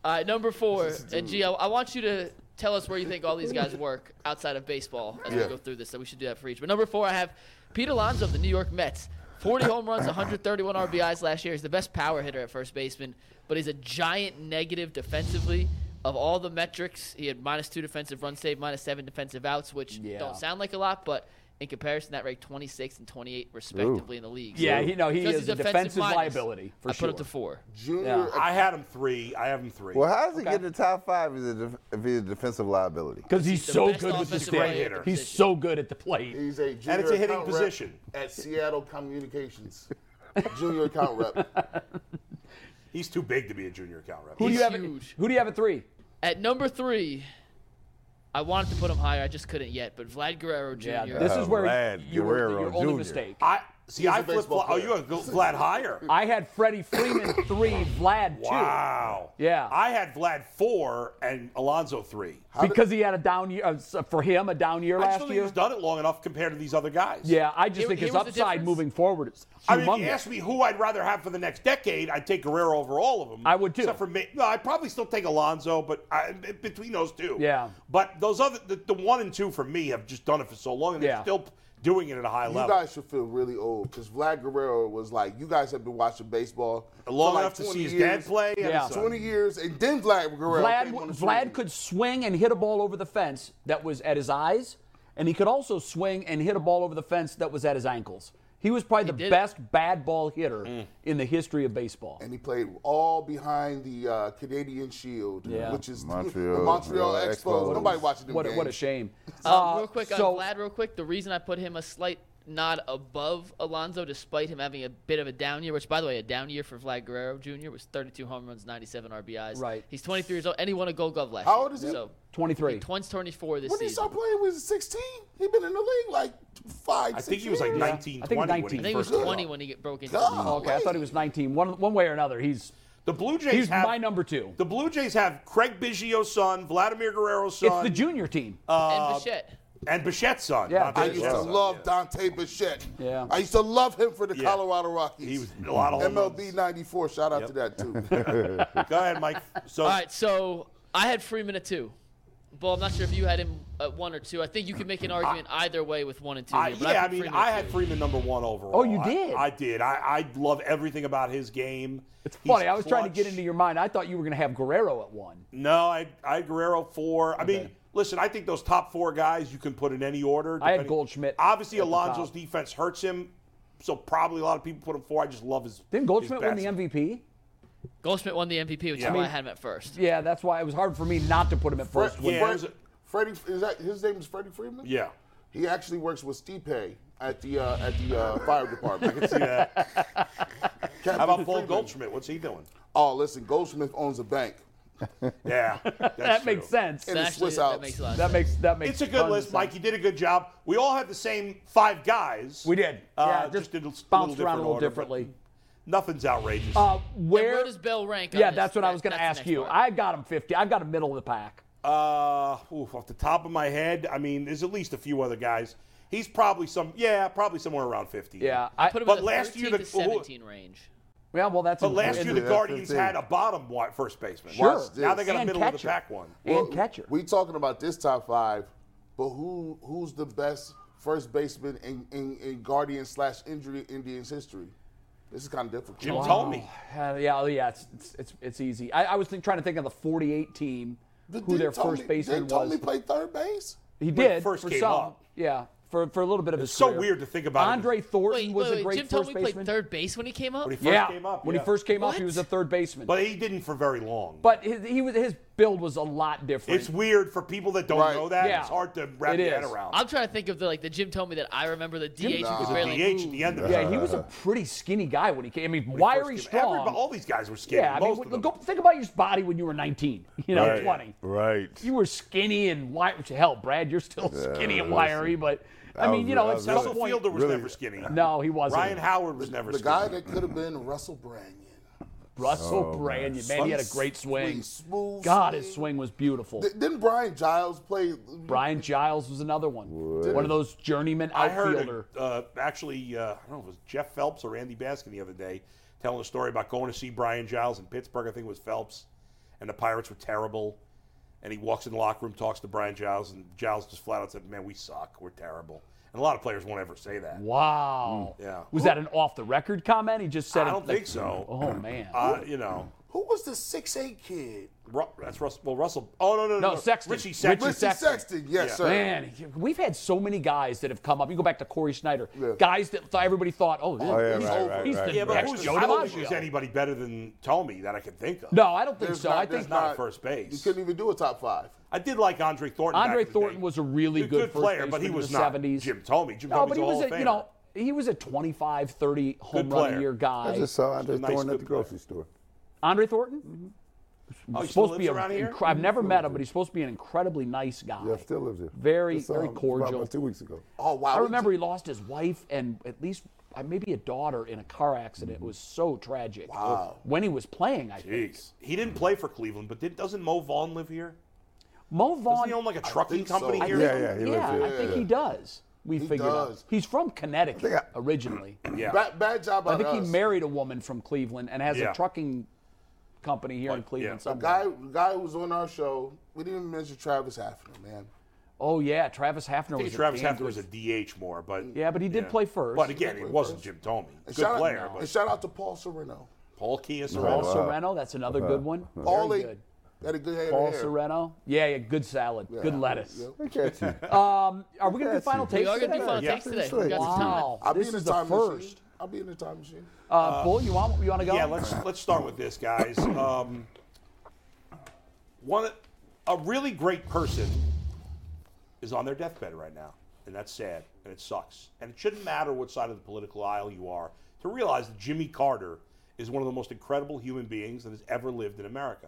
Speaker 2: All right, number four. And Gio, I want you to tell us where you think all these guys work outside of baseball as we
Speaker 5: Yeah.
Speaker 2: go through this. So we should do that for each. But number four, I have Pete Alonso of the New York Mets. 40 home runs, 131 RBIs last year. He's the best power hitter at first baseman, but he's a giant negative defensively. Of all the metrics, he had minus two defensive run save, minus seven defensive outs, which
Speaker 1: Yeah.
Speaker 2: don't sound like a lot, but in comparison, that ranked 26 and 28 respectively in the league.
Speaker 1: Yeah,
Speaker 2: So
Speaker 1: he no, he
Speaker 2: because
Speaker 1: is
Speaker 2: he's
Speaker 1: a defensive
Speaker 2: minus,
Speaker 1: liability for
Speaker 2: I
Speaker 1: sure.
Speaker 2: put up to four.
Speaker 5: junior
Speaker 3: I had him three. I have him three.
Speaker 4: Well, how does he get in the top five if he's a def- if he's a defensive liability?
Speaker 1: because he's,
Speaker 2: He's the
Speaker 1: so
Speaker 2: best
Speaker 1: good with the
Speaker 2: offensive
Speaker 1: stick.
Speaker 2: player.
Speaker 1: He's
Speaker 2: Position.
Speaker 1: so good at the plate.
Speaker 5: He's a junior
Speaker 3: And it's a hitting
Speaker 5: account rep
Speaker 3: position.
Speaker 1: *laughs*
Speaker 5: at Seattle Communications. junior account rep.
Speaker 3: He's too big to be a junior account rep.
Speaker 1: Who do
Speaker 2: He's
Speaker 1: you have?
Speaker 2: huge.
Speaker 1: Who do you have at three?
Speaker 2: At number three, I wanted to put him higher. I just couldn't yet. But Vlad Guerrero Jr.
Speaker 1: Yeah, this is where
Speaker 4: Vlad
Speaker 1: you were
Speaker 4: Guerrero
Speaker 1: your only
Speaker 4: Jr..
Speaker 1: mistake.
Speaker 3: I see. I
Speaker 5: a
Speaker 3: flip.
Speaker 5: baseball
Speaker 3: Oh,
Speaker 5: player.
Speaker 3: you have go Vlad higher.
Speaker 5: *laughs*
Speaker 1: I had Freddie
Speaker 3: *coughs*
Speaker 1: Freeman three, Vlad two,
Speaker 3: Wow.
Speaker 1: Yeah.
Speaker 3: I had Vlad four and Alonzo three.
Speaker 1: because he had a down year uh, s- for him, a down year
Speaker 3: I just
Speaker 1: last
Speaker 3: don't think
Speaker 1: year.
Speaker 3: he's done it long enough compared to these other guys.
Speaker 1: Yeah, I just
Speaker 2: Here-
Speaker 1: think his
Speaker 2: here was the
Speaker 1: upside
Speaker 2: difference.
Speaker 1: moving forward is
Speaker 3: I mean, if
Speaker 1: humongous.
Speaker 3: you ask me who I'd rather have for the next decade, I'd take Guerrero over all of them.
Speaker 1: I would too.
Speaker 3: Except for me, no, I'd probably still take Alonzo, but I, between those two,
Speaker 1: Yeah.
Speaker 3: But those other, the, the one and two for me have just done it for so long, and
Speaker 1: Yeah.
Speaker 3: they're still doing it at a high
Speaker 5: You
Speaker 3: level.
Speaker 5: guys should feel really old because Vlad Guerrero was like, you guys have been watching baseball
Speaker 3: long
Speaker 5: for like
Speaker 3: enough to
Speaker 5: 20
Speaker 3: see his
Speaker 5: years,
Speaker 3: dad play. and uh,
Speaker 1: Yeah.
Speaker 3: his son.
Speaker 5: 20 years, and then Vlad Guerrero.
Speaker 1: Vlad,
Speaker 5: came on the
Speaker 1: Vlad
Speaker 5: scene.
Speaker 1: could swing and hit a ball over the fence that was at his eyes, and he could also swing and hit a ball over the fence that was at his ankles. He was probably the
Speaker 2: did it.
Speaker 1: best bad ball hitter in the history of baseball.
Speaker 5: and he played all behind the uh, Canadian Shield,
Speaker 1: Yeah.
Speaker 5: which is
Speaker 4: Montreal-
Speaker 5: the Montreal
Speaker 4: Montreal
Speaker 5: Expos.
Speaker 4: Expos.
Speaker 5: Nobody watching them
Speaker 1: What a,
Speaker 5: games.
Speaker 1: what a shame.
Speaker 2: *laughs* Um,
Speaker 1: Uh,
Speaker 2: real quick
Speaker 1: so-
Speaker 2: on Vlad, real quick. The reason I put him a slight nod above Alonzo, despite him having a bit of a down year, which by the way, a down year for Vlad Guerrero Jr. was 32 home runs, 97 RBIs.
Speaker 1: Right.
Speaker 2: He's 23 years old, and he won a Gold Glove last
Speaker 5: How
Speaker 2: year.
Speaker 5: old is he?
Speaker 2: So,
Speaker 1: 23.
Speaker 2: Twins 24 this
Speaker 5: When he
Speaker 2: season.
Speaker 5: started playing, he was 16. He'd been in the league like five,
Speaker 3: I
Speaker 5: six
Speaker 3: think he was like
Speaker 5: years.
Speaker 3: 19,
Speaker 1: I think
Speaker 3: 20 when
Speaker 1: 19.
Speaker 2: I think he was
Speaker 3: first got
Speaker 2: 20
Speaker 3: up.
Speaker 2: when he get- broke into the league.
Speaker 5: God,
Speaker 1: Okay, I thought he was 19. One, one way or another, he's
Speaker 3: The Blue Jays
Speaker 1: he's
Speaker 3: have
Speaker 1: my number two.
Speaker 3: The Blue Jays have Craig Biggio's son, Vladimir Guerrero's son,
Speaker 1: It's the junior team.
Speaker 2: And Bichette.
Speaker 3: and Bichette's son.
Speaker 1: Yeah,
Speaker 3: not
Speaker 5: I
Speaker 3: Biggio's
Speaker 5: used to
Speaker 3: son.
Speaker 5: love Dante Bichette.
Speaker 1: Yeah.
Speaker 5: I used to love him for the
Speaker 3: Yeah.
Speaker 5: Colorado Rockies.
Speaker 3: He was a lot of home
Speaker 5: MLB
Speaker 3: runs.
Speaker 5: 94. Shout out to that,
Speaker 3: *laughs*
Speaker 5: too.
Speaker 3: Go ahead, Mike. So
Speaker 2: All right, so I had Freeman at two. Well, I'm not sure if you had him at one or two. I think you can make an argument either way with one and two.
Speaker 3: I,
Speaker 2: here, but
Speaker 3: yeah, I
Speaker 2: put
Speaker 3: mean,
Speaker 2: Freeman at
Speaker 3: I had
Speaker 2: two.
Speaker 3: Freeman number one overall.
Speaker 1: Oh, you
Speaker 3: I-
Speaker 1: did?
Speaker 3: I, did. I, I love everything about his game.
Speaker 1: It's funny. I was trying to get into your mind. I thought you were going to have Guerrero at one.
Speaker 3: No, I, I had Guerrero four. I mean, listen, I think those top four guys you can put in any order.
Speaker 1: I had
Speaker 3: depending-
Speaker 1: Goldschmidt
Speaker 3: Obviously,
Speaker 1: at the top.
Speaker 3: Alonzo's defense hurts him, so probably a lot of people put him four. I just love his.
Speaker 1: Didn't
Speaker 3: his
Speaker 1: Goldschmidt win the
Speaker 3: bats.
Speaker 1: MVP?
Speaker 2: Goldschmidt won the MVP, which
Speaker 3: Yeah.
Speaker 2: is
Speaker 3: I
Speaker 2: why I
Speaker 3: mean-
Speaker 2: had him at first.
Speaker 1: Yeah, that's why it was hard for me not to put him at first.
Speaker 3: Yeah,
Speaker 5: Fred-
Speaker 3: it was a-
Speaker 5: Freddie, is that his name is Freddie Freeman?
Speaker 3: Yeah.
Speaker 5: He actually works with Stipe at the uh, at the uh, fire department. I
Speaker 3: *laughs*
Speaker 5: can see that.
Speaker 1: *laughs*
Speaker 3: How about Paul Goldschmidt? What's he doing?
Speaker 5: Oh, listen, Goldsmith owns a bank.
Speaker 3: Yeah,
Speaker 1: *laughs*
Speaker 3: that's
Speaker 1: that
Speaker 3: true.
Speaker 1: makes sense.
Speaker 5: And it's
Speaker 2: Actually,
Speaker 5: Swiss
Speaker 2: that
Speaker 5: out.
Speaker 2: makes a lot of
Speaker 1: That
Speaker 2: sense.
Speaker 1: makes that makes.
Speaker 3: It's a good
Speaker 1: tons of
Speaker 3: list,
Speaker 1: sense.
Speaker 3: Mike. You did a good job. We all had the same five guys.
Speaker 1: We did.
Speaker 3: Uh,
Speaker 1: yeah, just,
Speaker 3: did a s-
Speaker 1: bounced around
Speaker 3: different
Speaker 1: a little
Speaker 3: order, but
Speaker 1: differently.
Speaker 3: Nothing's outrageous.
Speaker 1: Uh, where,
Speaker 2: Where, does Bell rank? on
Speaker 1: yeah,
Speaker 2: this?
Speaker 1: that's what I
Speaker 2: That-
Speaker 1: was going to
Speaker 2: that's
Speaker 1: ask
Speaker 2: the next
Speaker 1: you.
Speaker 2: part.
Speaker 1: I got him 50. I got him middle of the pack.
Speaker 3: Uh, oof, off the top of my head, I mean, there's at least a few other guys. He's probably some, yeah, probably somewhere around 50.
Speaker 1: Yeah, I,
Speaker 2: put him
Speaker 3: But
Speaker 2: in the
Speaker 3: last
Speaker 2: 13
Speaker 3: year the-
Speaker 2: to 17 range.
Speaker 1: yeah. Well, that's
Speaker 3: But last
Speaker 1: important.
Speaker 3: year the
Speaker 5: Yeah,
Speaker 3: Guardians
Speaker 5: 15.
Speaker 3: had a bottom wi- first baseman.
Speaker 1: Sure.
Speaker 5: Watch this.
Speaker 3: Now they got a
Speaker 1: And
Speaker 3: middle of
Speaker 1: catcher.
Speaker 3: the pack one.
Speaker 1: and
Speaker 5: Well,
Speaker 1: catcher.
Speaker 5: We talking about this top five, but who who's the best first baseman in, in, in Guardian slash injury Indians history? This is kind of difficult.
Speaker 3: Jim Tomey.
Speaker 1: Uh, yeah, yeah, it's it's it's, it's easy. I, I was think, trying to think of the 48 team
Speaker 5: Did-
Speaker 1: who
Speaker 5: didn't
Speaker 1: their
Speaker 5: Tomey-
Speaker 1: first baseman
Speaker 5: didn't
Speaker 1: was.
Speaker 5: Tomey play third base?
Speaker 1: He did
Speaker 3: first
Speaker 1: for
Speaker 3: came
Speaker 1: some.
Speaker 3: up.
Speaker 1: Yeah, for for a little bit of his.
Speaker 3: so
Speaker 1: career.
Speaker 3: weird to think about it.
Speaker 1: Andre Thornton
Speaker 2: Wait,
Speaker 1: was
Speaker 2: wait,
Speaker 1: a
Speaker 2: wait,
Speaker 1: great
Speaker 2: Jim
Speaker 1: first
Speaker 2: Tomey
Speaker 1: baseman.
Speaker 2: played third base when he came up.
Speaker 3: When he first
Speaker 1: yeah,
Speaker 3: came up.
Speaker 1: when
Speaker 3: yeah.
Speaker 1: he first came up, he
Speaker 2: What?
Speaker 1: was a third baseman. But,
Speaker 3: But he didn't for very long.
Speaker 1: his, he was his build was a lot different.
Speaker 3: it's weird for people that don't
Speaker 5: Right.
Speaker 3: know that.
Speaker 1: Yeah.
Speaker 3: It's hard to wrap
Speaker 1: It
Speaker 3: your head
Speaker 1: is.
Speaker 3: around.
Speaker 2: I'm trying to think of the like the Jim Tomey that I remember the DH who
Speaker 5: was
Speaker 2: could
Speaker 5: a
Speaker 3: DH
Speaker 2: barely
Speaker 3: at the end of
Speaker 1: yeah,
Speaker 3: it.
Speaker 1: he was a pretty skinny guy when he came. I mean,
Speaker 3: First
Speaker 1: wiry,
Speaker 3: came-
Speaker 1: strong.
Speaker 3: everybody- all these guys were skinny.
Speaker 1: yeah, I
Speaker 3: most
Speaker 1: mean,
Speaker 3: of them.
Speaker 1: go, think about your body when you were 19. *laughs* You know,
Speaker 4: Right.
Speaker 1: 20.
Speaker 4: Right.
Speaker 1: You were skinny and wiry. Which, hell, Brad, you're still skinny and
Speaker 4: listen.
Speaker 1: wiry, but I,
Speaker 4: I
Speaker 1: mean,
Speaker 4: was-
Speaker 1: you know,
Speaker 4: I
Speaker 1: at
Speaker 4: was
Speaker 1: some
Speaker 4: really-
Speaker 3: Russell
Speaker 1: point,
Speaker 3: Fielder was
Speaker 4: Really-
Speaker 3: never skinny.
Speaker 1: no, he wasn't.
Speaker 3: Ryan Howard was never
Speaker 5: The
Speaker 3: skinny.
Speaker 5: guy that could have been Russell Brand.
Speaker 3: Oh,
Speaker 1: Russell Brand, man, he had a great swing.
Speaker 5: Swing, smooth
Speaker 1: God, his swing was beautiful.
Speaker 5: Th- Didn't Brian Giles play?
Speaker 1: Brian Giles was another one. One of those journeyman
Speaker 3: I
Speaker 1: outfielder.
Speaker 3: heard a, uh, actually, uh, I don't know if it was Jeff Phelps or Andy Baskin the other day telling a story about going to see Brian Giles in Pittsburgh. I think it was Phelps, and the Pirates were terrible. And he walks in the locker room, talks to Brian Giles, and Giles just flat out said, "Man, we suck. We're terrible." And a lot of players won't ever say that.
Speaker 1: Wow.
Speaker 3: Mm. Yeah.
Speaker 1: Was that an off the record comment? He just said
Speaker 3: I
Speaker 1: it
Speaker 3: don't
Speaker 1: like-
Speaker 3: think so. *clears throat*
Speaker 1: Oh man.
Speaker 3: Uh, you know,
Speaker 5: Who was the six eight kid?
Speaker 3: Ru- that's Russell. Well, Russell. Oh no, no, no,
Speaker 1: No, Sexton.
Speaker 3: Richie Sexton.
Speaker 1: Richie
Speaker 5: Richie
Speaker 1: Sexton.
Speaker 5: Sexton. Yes,
Speaker 3: Yeah.
Speaker 5: sir.
Speaker 1: man, we've had so many guys that have come up. You go back to Corey Schneider. Guys that th- everybody thought, oh,
Speaker 4: yeah,
Speaker 1: he's,
Speaker 4: right,
Speaker 1: over.
Speaker 4: right,
Speaker 1: he's
Speaker 4: right.
Speaker 1: the
Speaker 3: Yeah, but
Speaker 1: next
Speaker 3: who's,
Speaker 1: Joe
Speaker 3: I don't think there's
Speaker 1: DiMaggio.
Speaker 3: anybody better than Tommy that I can think of.
Speaker 1: No, I don't think
Speaker 5: There's
Speaker 1: so.
Speaker 5: not-
Speaker 1: I
Speaker 5: there's
Speaker 1: think
Speaker 3: He's not at first base.
Speaker 5: You couldn't even do a top five.
Speaker 3: I did like Andre Thornton. back
Speaker 1: Andre
Speaker 3: in the day.
Speaker 1: Thornton was a really
Speaker 3: Good-
Speaker 1: good,
Speaker 3: good
Speaker 1: first
Speaker 3: player, but
Speaker 1: baseman
Speaker 3: he
Speaker 1: in
Speaker 3: was
Speaker 1: the
Speaker 3: not
Speaker 1: 70s.
Speaker 3: Jim Tomey. Jim
Speaker 1: no,
Speaker 3: Tomey's
Speaker 1: but he
Speaker 3: a
Speaker 1: was
Speaker 3: Hall of
Speaker 1: a,
Speaker 3: Famer. Oh,
Speaker 1: you know, he was a 25, 30 home
Speaker 3: Good
Speaker 1: run a
Speaker 3: player.
Speaker 1: year guy.
Speaker 4: I just saw Andre
Speaker 3: Nice
Speaker 4: Thornton at
Speaker 3: good
Speaker 4: the
Speaker 3: player.
Speaker 4: grocery store.
Speaker 1: Andre Thornton?
Speaker 3: Mm-hmm. Oh, he still
Speaker 1: supposed to
Speaker 3: lives
Speaker 1: be a,
Speaker 3: around here? Mm-hmm.
Speaker 1: incre- I've never met him, but he's supposed to be an incredibly nice guy.
Speaker 4: Yeah, still lives here.
Speaker 1: Very,
Speaker 4: Just saw
Speaker 1: very
Speaker 4: him about-
Speaker 1: cordial.
Speaker 4: About two weeks ago.
Speaker 5: Oh wow!
Speaker 1: I
Speaker 5: we
Speaker 1: remember he lost his wife and at least uh, maybe a daughter in a car accident. It was so tragic. Wow. When he was playing, I think.
Speaker 3: He didn't play for Cleveland, but did, doesn't Mo Vaughn live here?
Speaker 1: Mo
Speaker 3: Doesn't
Speaker 1: Vaughn.
Speaker 3: he own like a trucking
Speaker 5: think so.
Speaker 3: company
Speaker 5: I
Speaker 3: here?
Speaker 4: Yeah, yeah, he lives
Speaker 1: yeah,
Speaker 4: here.
Speaker 1: I think he does. We
Speaker 5: He
Speaker 1: figured out.
Speaker 5: does.
Speaker 1: He's from Connecticut
Speaker 4: I-
Speaker 1: originally.
Speaker 3: Yeah.
Speaker 5: Bad, bad job
Speaker 1: I
Speaker 5: on
Speaker 1: think
Speaker 5: us.
Speaker 1: he married a woman from Cleveland and has
Speaker 3: Yeah.
Speaker 1: a trucking company here in
Speaker 3: Like,
Speaker 1: Cleveland
Speaker 3: yeah.
Speaker 1: somewhere.
Speaker 5: guy, the guy who was on our show. We didn't even mention Travis Hafner, man.
Speaker 1: Oh yeah, Travis Hafner
Speaker 3: I
Speaker 1: was
Speaker 3: think
Speaker 1: a
Speaker 3: Travis
Speaker 1: damn
Speaker 3: Hafner
Speaker 1: good-
Speaker 3: was a DH more, but
Speaker 1: Yeah, but he did play first.
Speaker 3: But again, it wasn't Jim Tomey. Good
Speaker 5: shout
Speaker 3: player,
Speaker 5: out, and
Speaker 3: but
Speaker 5: shout out to Paul Sereno.
Speaker 3: Paul Keyes.
Speaker 1: Paul
Speaker 4: Wow.
Speaker 1: Sereno, that's another good one.
Speaker 5: All
Speaker 1: Very
Speaker 5: they
Speaker 1: good.
Speaker 5: had a good head. of
Speaker 1: Paul
Speaker 5: hair.
Speaker 1: Sereno. Yeah, yeah, good salad, good lettuce.
Speaker 4: Look at you.
Speaker 1: Are we gonna do Uh, final
Speaker 2: We
Speaker 1: taste?
Speaker 2: are going to do final
Speaker 3: Yeah.
Speaker 2: takes today. We got some time.
Speaker 1: Wow,
Speaker 5: I'll
Speaker 1: this
Speaker 5: be in
Speaker 1: is
Speaker 5: the
Speaker 1: the
Speaker 5: time
Speaker 1: first.
Speaker 4: *laughs*
Speaker 5: machine. I'll be in the time machine.
Speaker 1: Uh, Bull, you want you want to go?
Speaker 3: Yeah, let's let's start with this, guys. Um, one, a really great person is on their deathbed right now, and that's sad, and it sucks, and it shouldn't matter what side of the political aisle you are to realize that Jimmy Carter is one of the most incredible human beings that has ever lived in America.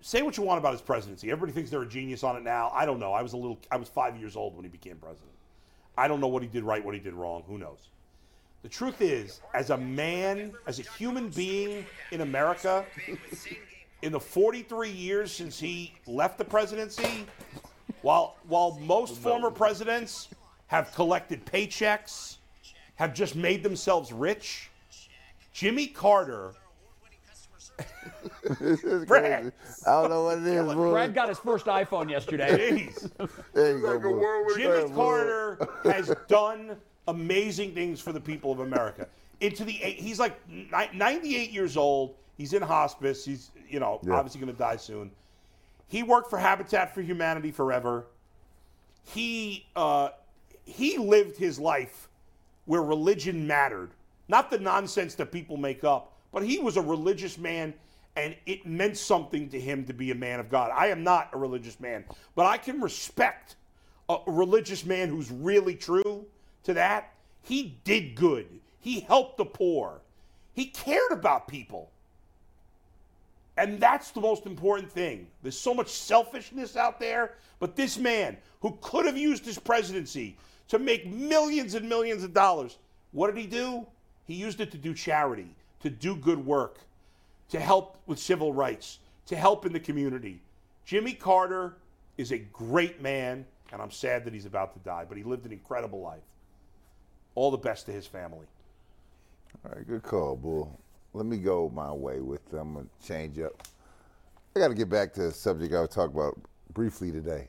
Speaker 3: Say what you want about his presidency. Everybody thinks they're a genius on it now. I don't know. I was a little. I was five years old when he became president. I don't know what he did right, what he did wrong. Who knows? The truth is, as a man, as a human being in America, in the 43 years since he left the presidency, while while most former presidents have collected paychecks, have just made themselves rich, Jimmy Carter, *laughs* Brad,
Speaker 4: I don't know what it is, bro.
Speaker 1: Brad got his first iPhone
Speaker 3: *laughs*
Speaker 1: yesterday.
Speaker 3: jeez,
Speaker 4: There you go, bro.
Speaker 3: Jimmy Carter has done amazing things for the people of America. Into the eight- he's like ni- 98 years old. He's in hospice. He's you know obviously going to die soon. He worked for Habitat for Humanity forever. He uh, he lived his life where religion mattered, not the nonsense that people make up. But he was a religious man, and it meant something to him to be a man of God. I am not a religious man, but I can respect a a religious man who's really true to that. He did good. He helped the poor. He cared about people. And that's the most important thing. There's so much selfishness out there, but this man who could have used his presidency to make millions and millions of dollars, what did he do? He used it to do charity, to do good work, to help with civil rights, to help in the community. Jimmy Carter is a great man, and I'm sad that he's about to die, but he lived an incredible life. All the best to his family.
Speaker 4: All right, good call, Bull. Let me go my way with I'm gonna change up. I got to get back to a subject I was talking about briefly today.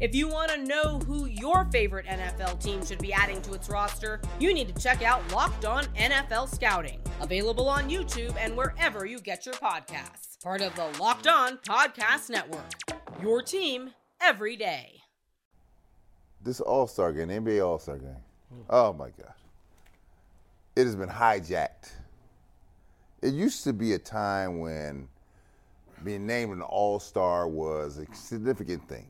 Speaker 6: If you want to know who your favorite NFL team should be adding to its roster, you need to check out Locked On NFL Scouting, available on YouTube and wherever you get your podcasts. Part of the Locked On Podcast Network. Your team every day.
Speaker 4: This All Star game, NBA All Star game. Oh my gosh, it has been hijacked. It used to be a time when being named an All Star was a significant thing,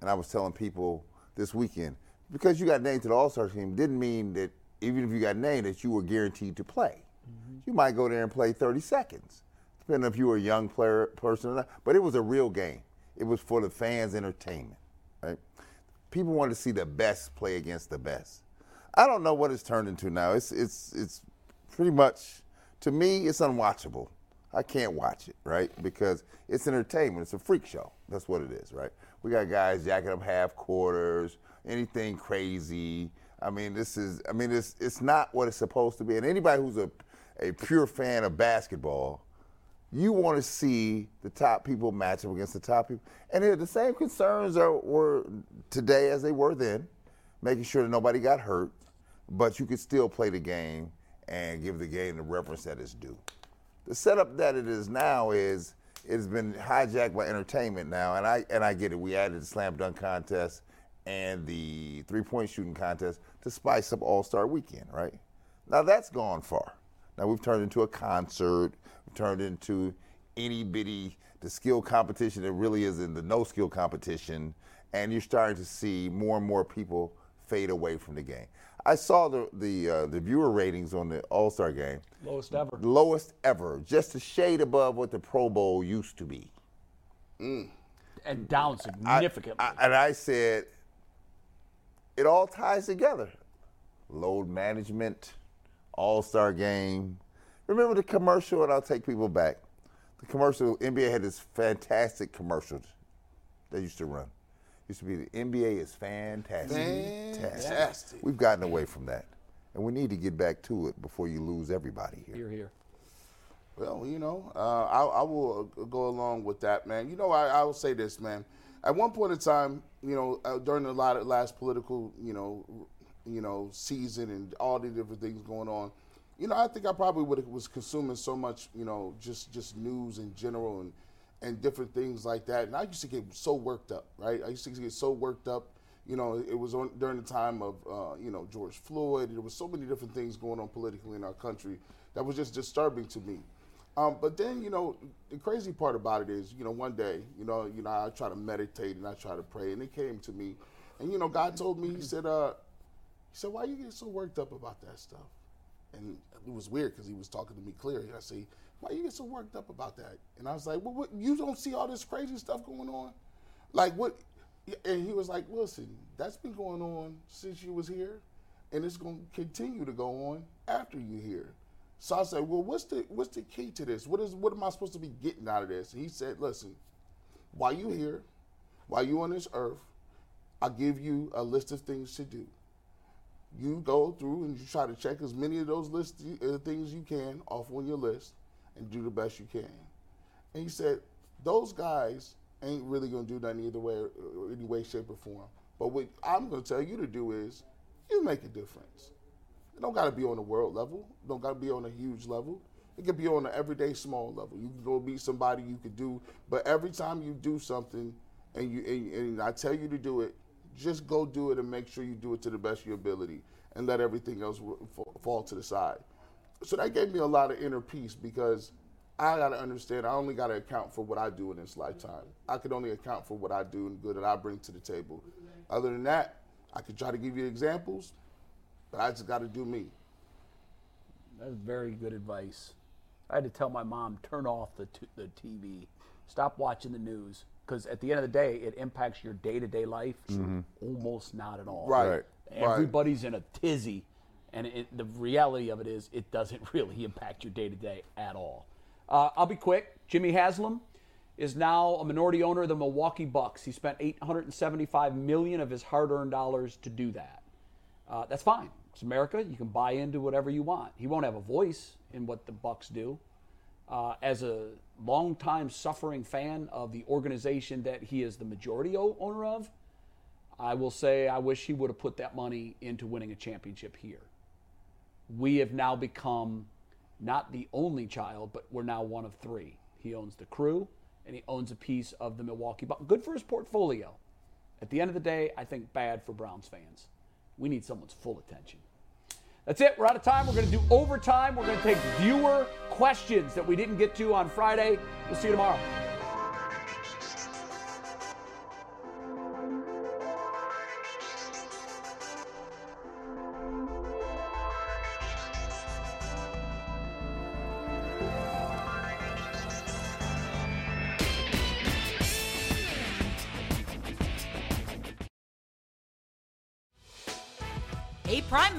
Speaker 4: and I was telling people this weekend because you got named to the All Star team didn't mean that even if you got named that you were guaranteed to play. You might go there and play 30 seconds, depending if you were a young player person or not. But it was a real game. It was for the fans' entertainment, right? people want to see the best play against the best. I don't know what it's turned into now. It's it's it's pretty much to me it's unwatchable. I can't watch it, right? Because it's entertainment. It's a freak show. That's what it is, right? We got guys jacking up half quarters, anything crazy. I mean, this is I mean it's it's not what it's supposed to be. And anybody who's a a pure fan of basketball you want to see the top people match up against the top people. And they're the same concerns are, were today as they were then, making sure that nobody got hurt, but you could still play the game and give the game the reference that it's due. The setup that it is now is it's been hijacked by entertainment now, and I and I get it. We added the slam dunk contest, and the three point shooting contest to spice up All Star weekend, right? Now that's gone far. Now we've turned into a concert, we've turned into itty bitty, the skill competition that really isn't the no skill competition, and you're starting to see more and more people fade away from the game. I saw the the uh, the viewer ratings on the All Star game,
Speaker 1: Lowest ever.
Speaker 4: lowest ever, just a shade above what the Pro Bowl used to be.
Speaker 1: And down significantly.
Speaker 4: I, and I said, it all ties together. Load management, All Star game. Remember the commercial, and I'll take people back. The commercial, NBA had this fantastic commercial they used to run. Used to be the NBA is fantastic.
Speaker 5: Fantastic.
Speaker 4: We've gotten away from that. And we need to get back to it before you lose everybody here.
Speaker 1: here, here.
Speaker 5: Well, you know, uh, I, I will uh, go along with that, man. You know, I, I will say this, man. At one point in time, you know, uh, during a lot of last political, you know, you know, season and all the different things going on, you know, I think I probably would have was consuming so much, you know, just just news in general and and different things like that. And I used to get so worked up, right? I used to get so worked up. You know, it was on during the time of uh, you know George Floyd. There was so many different things going on politically in our country that was just disturbing to me. Um, but then you know the crazy part about it is you know one day you know you know I try to meditate and I try to pray and it came to me, and you know God told me He said uh, He said why you get so worked up about that stuff? and it was weird because he was talking to me clearly. I say, "Why you get so worked up about that?" And I was like, "Well, what, you don't see all this crazy stuff going on, like what?" And he was like, "Listen, that's been going on since you was here, and it's going to continue to go on after you here." So I said, "Well, what's the what's the key to this? What is what am I supposed to be getting out of this?" And he said, "Listen, while you here, while you on this earth, I give you a list of things to do." you go through and you try to check as many of those list uh, things you can off on your list and do the best you can. And he said, those guys ain't really gonna do nothing either way, or any way, shape, or form. But what I'm gonna tell you to do is, you make a difference. It don't gotta be on a world level. It don't gotta be on a huge level. It could be on an everyday small level. You can go be somebody you could do, but every time you do something, and you and, and I tell you to do it, just go do it and make sure you do it to the best of your ability and let everything else w- fa- fall to the side. So that gave me a lot of inner peace because I got to understand I only got to account for what I do in this lifetime. I could only account for what I do and good that I bring to the table. Other than that, I could try to give you examples, but I just got to do me.
Speaker 1: That's very good advice. I had to tell my mom turn off the t- the TV, stop watching the news, because at the end of the day, it impacts your day to day life almost not at all.
Speaker 5: Right, Right.
Speaker 1: Everybody's in a tizzy, and it, the reality of it is, it doesn't *laughs* really impact your day to day at all. Uh, I'll be quick. Jimmy Haslam is now a minority owner of the Milwaukee Bucks. He spent 875 million of his hard-earned dollars to do that. Uh, that's fine. It's America. You can buy into whatever you want. He won't have a voice in what the Bucks do. Uh, as a longtime suffering fan of the organization that he is the majority o- owner of, I will say I wish he would have put that money into winning a championship here. We have now become not the only child, but we're now one of three. He owns the crew and he owns a piece of the Milwaukee Bucks. Good for his portfolio. At the end of the day, I think bad for Browns fans. We need someone's full attention. That's it. We're out of time. We're going to do overtime. We're going to take viewer questions that we didn't get to on Friday. We'll see you tomorrow.
Speaker 6: Hey, Prime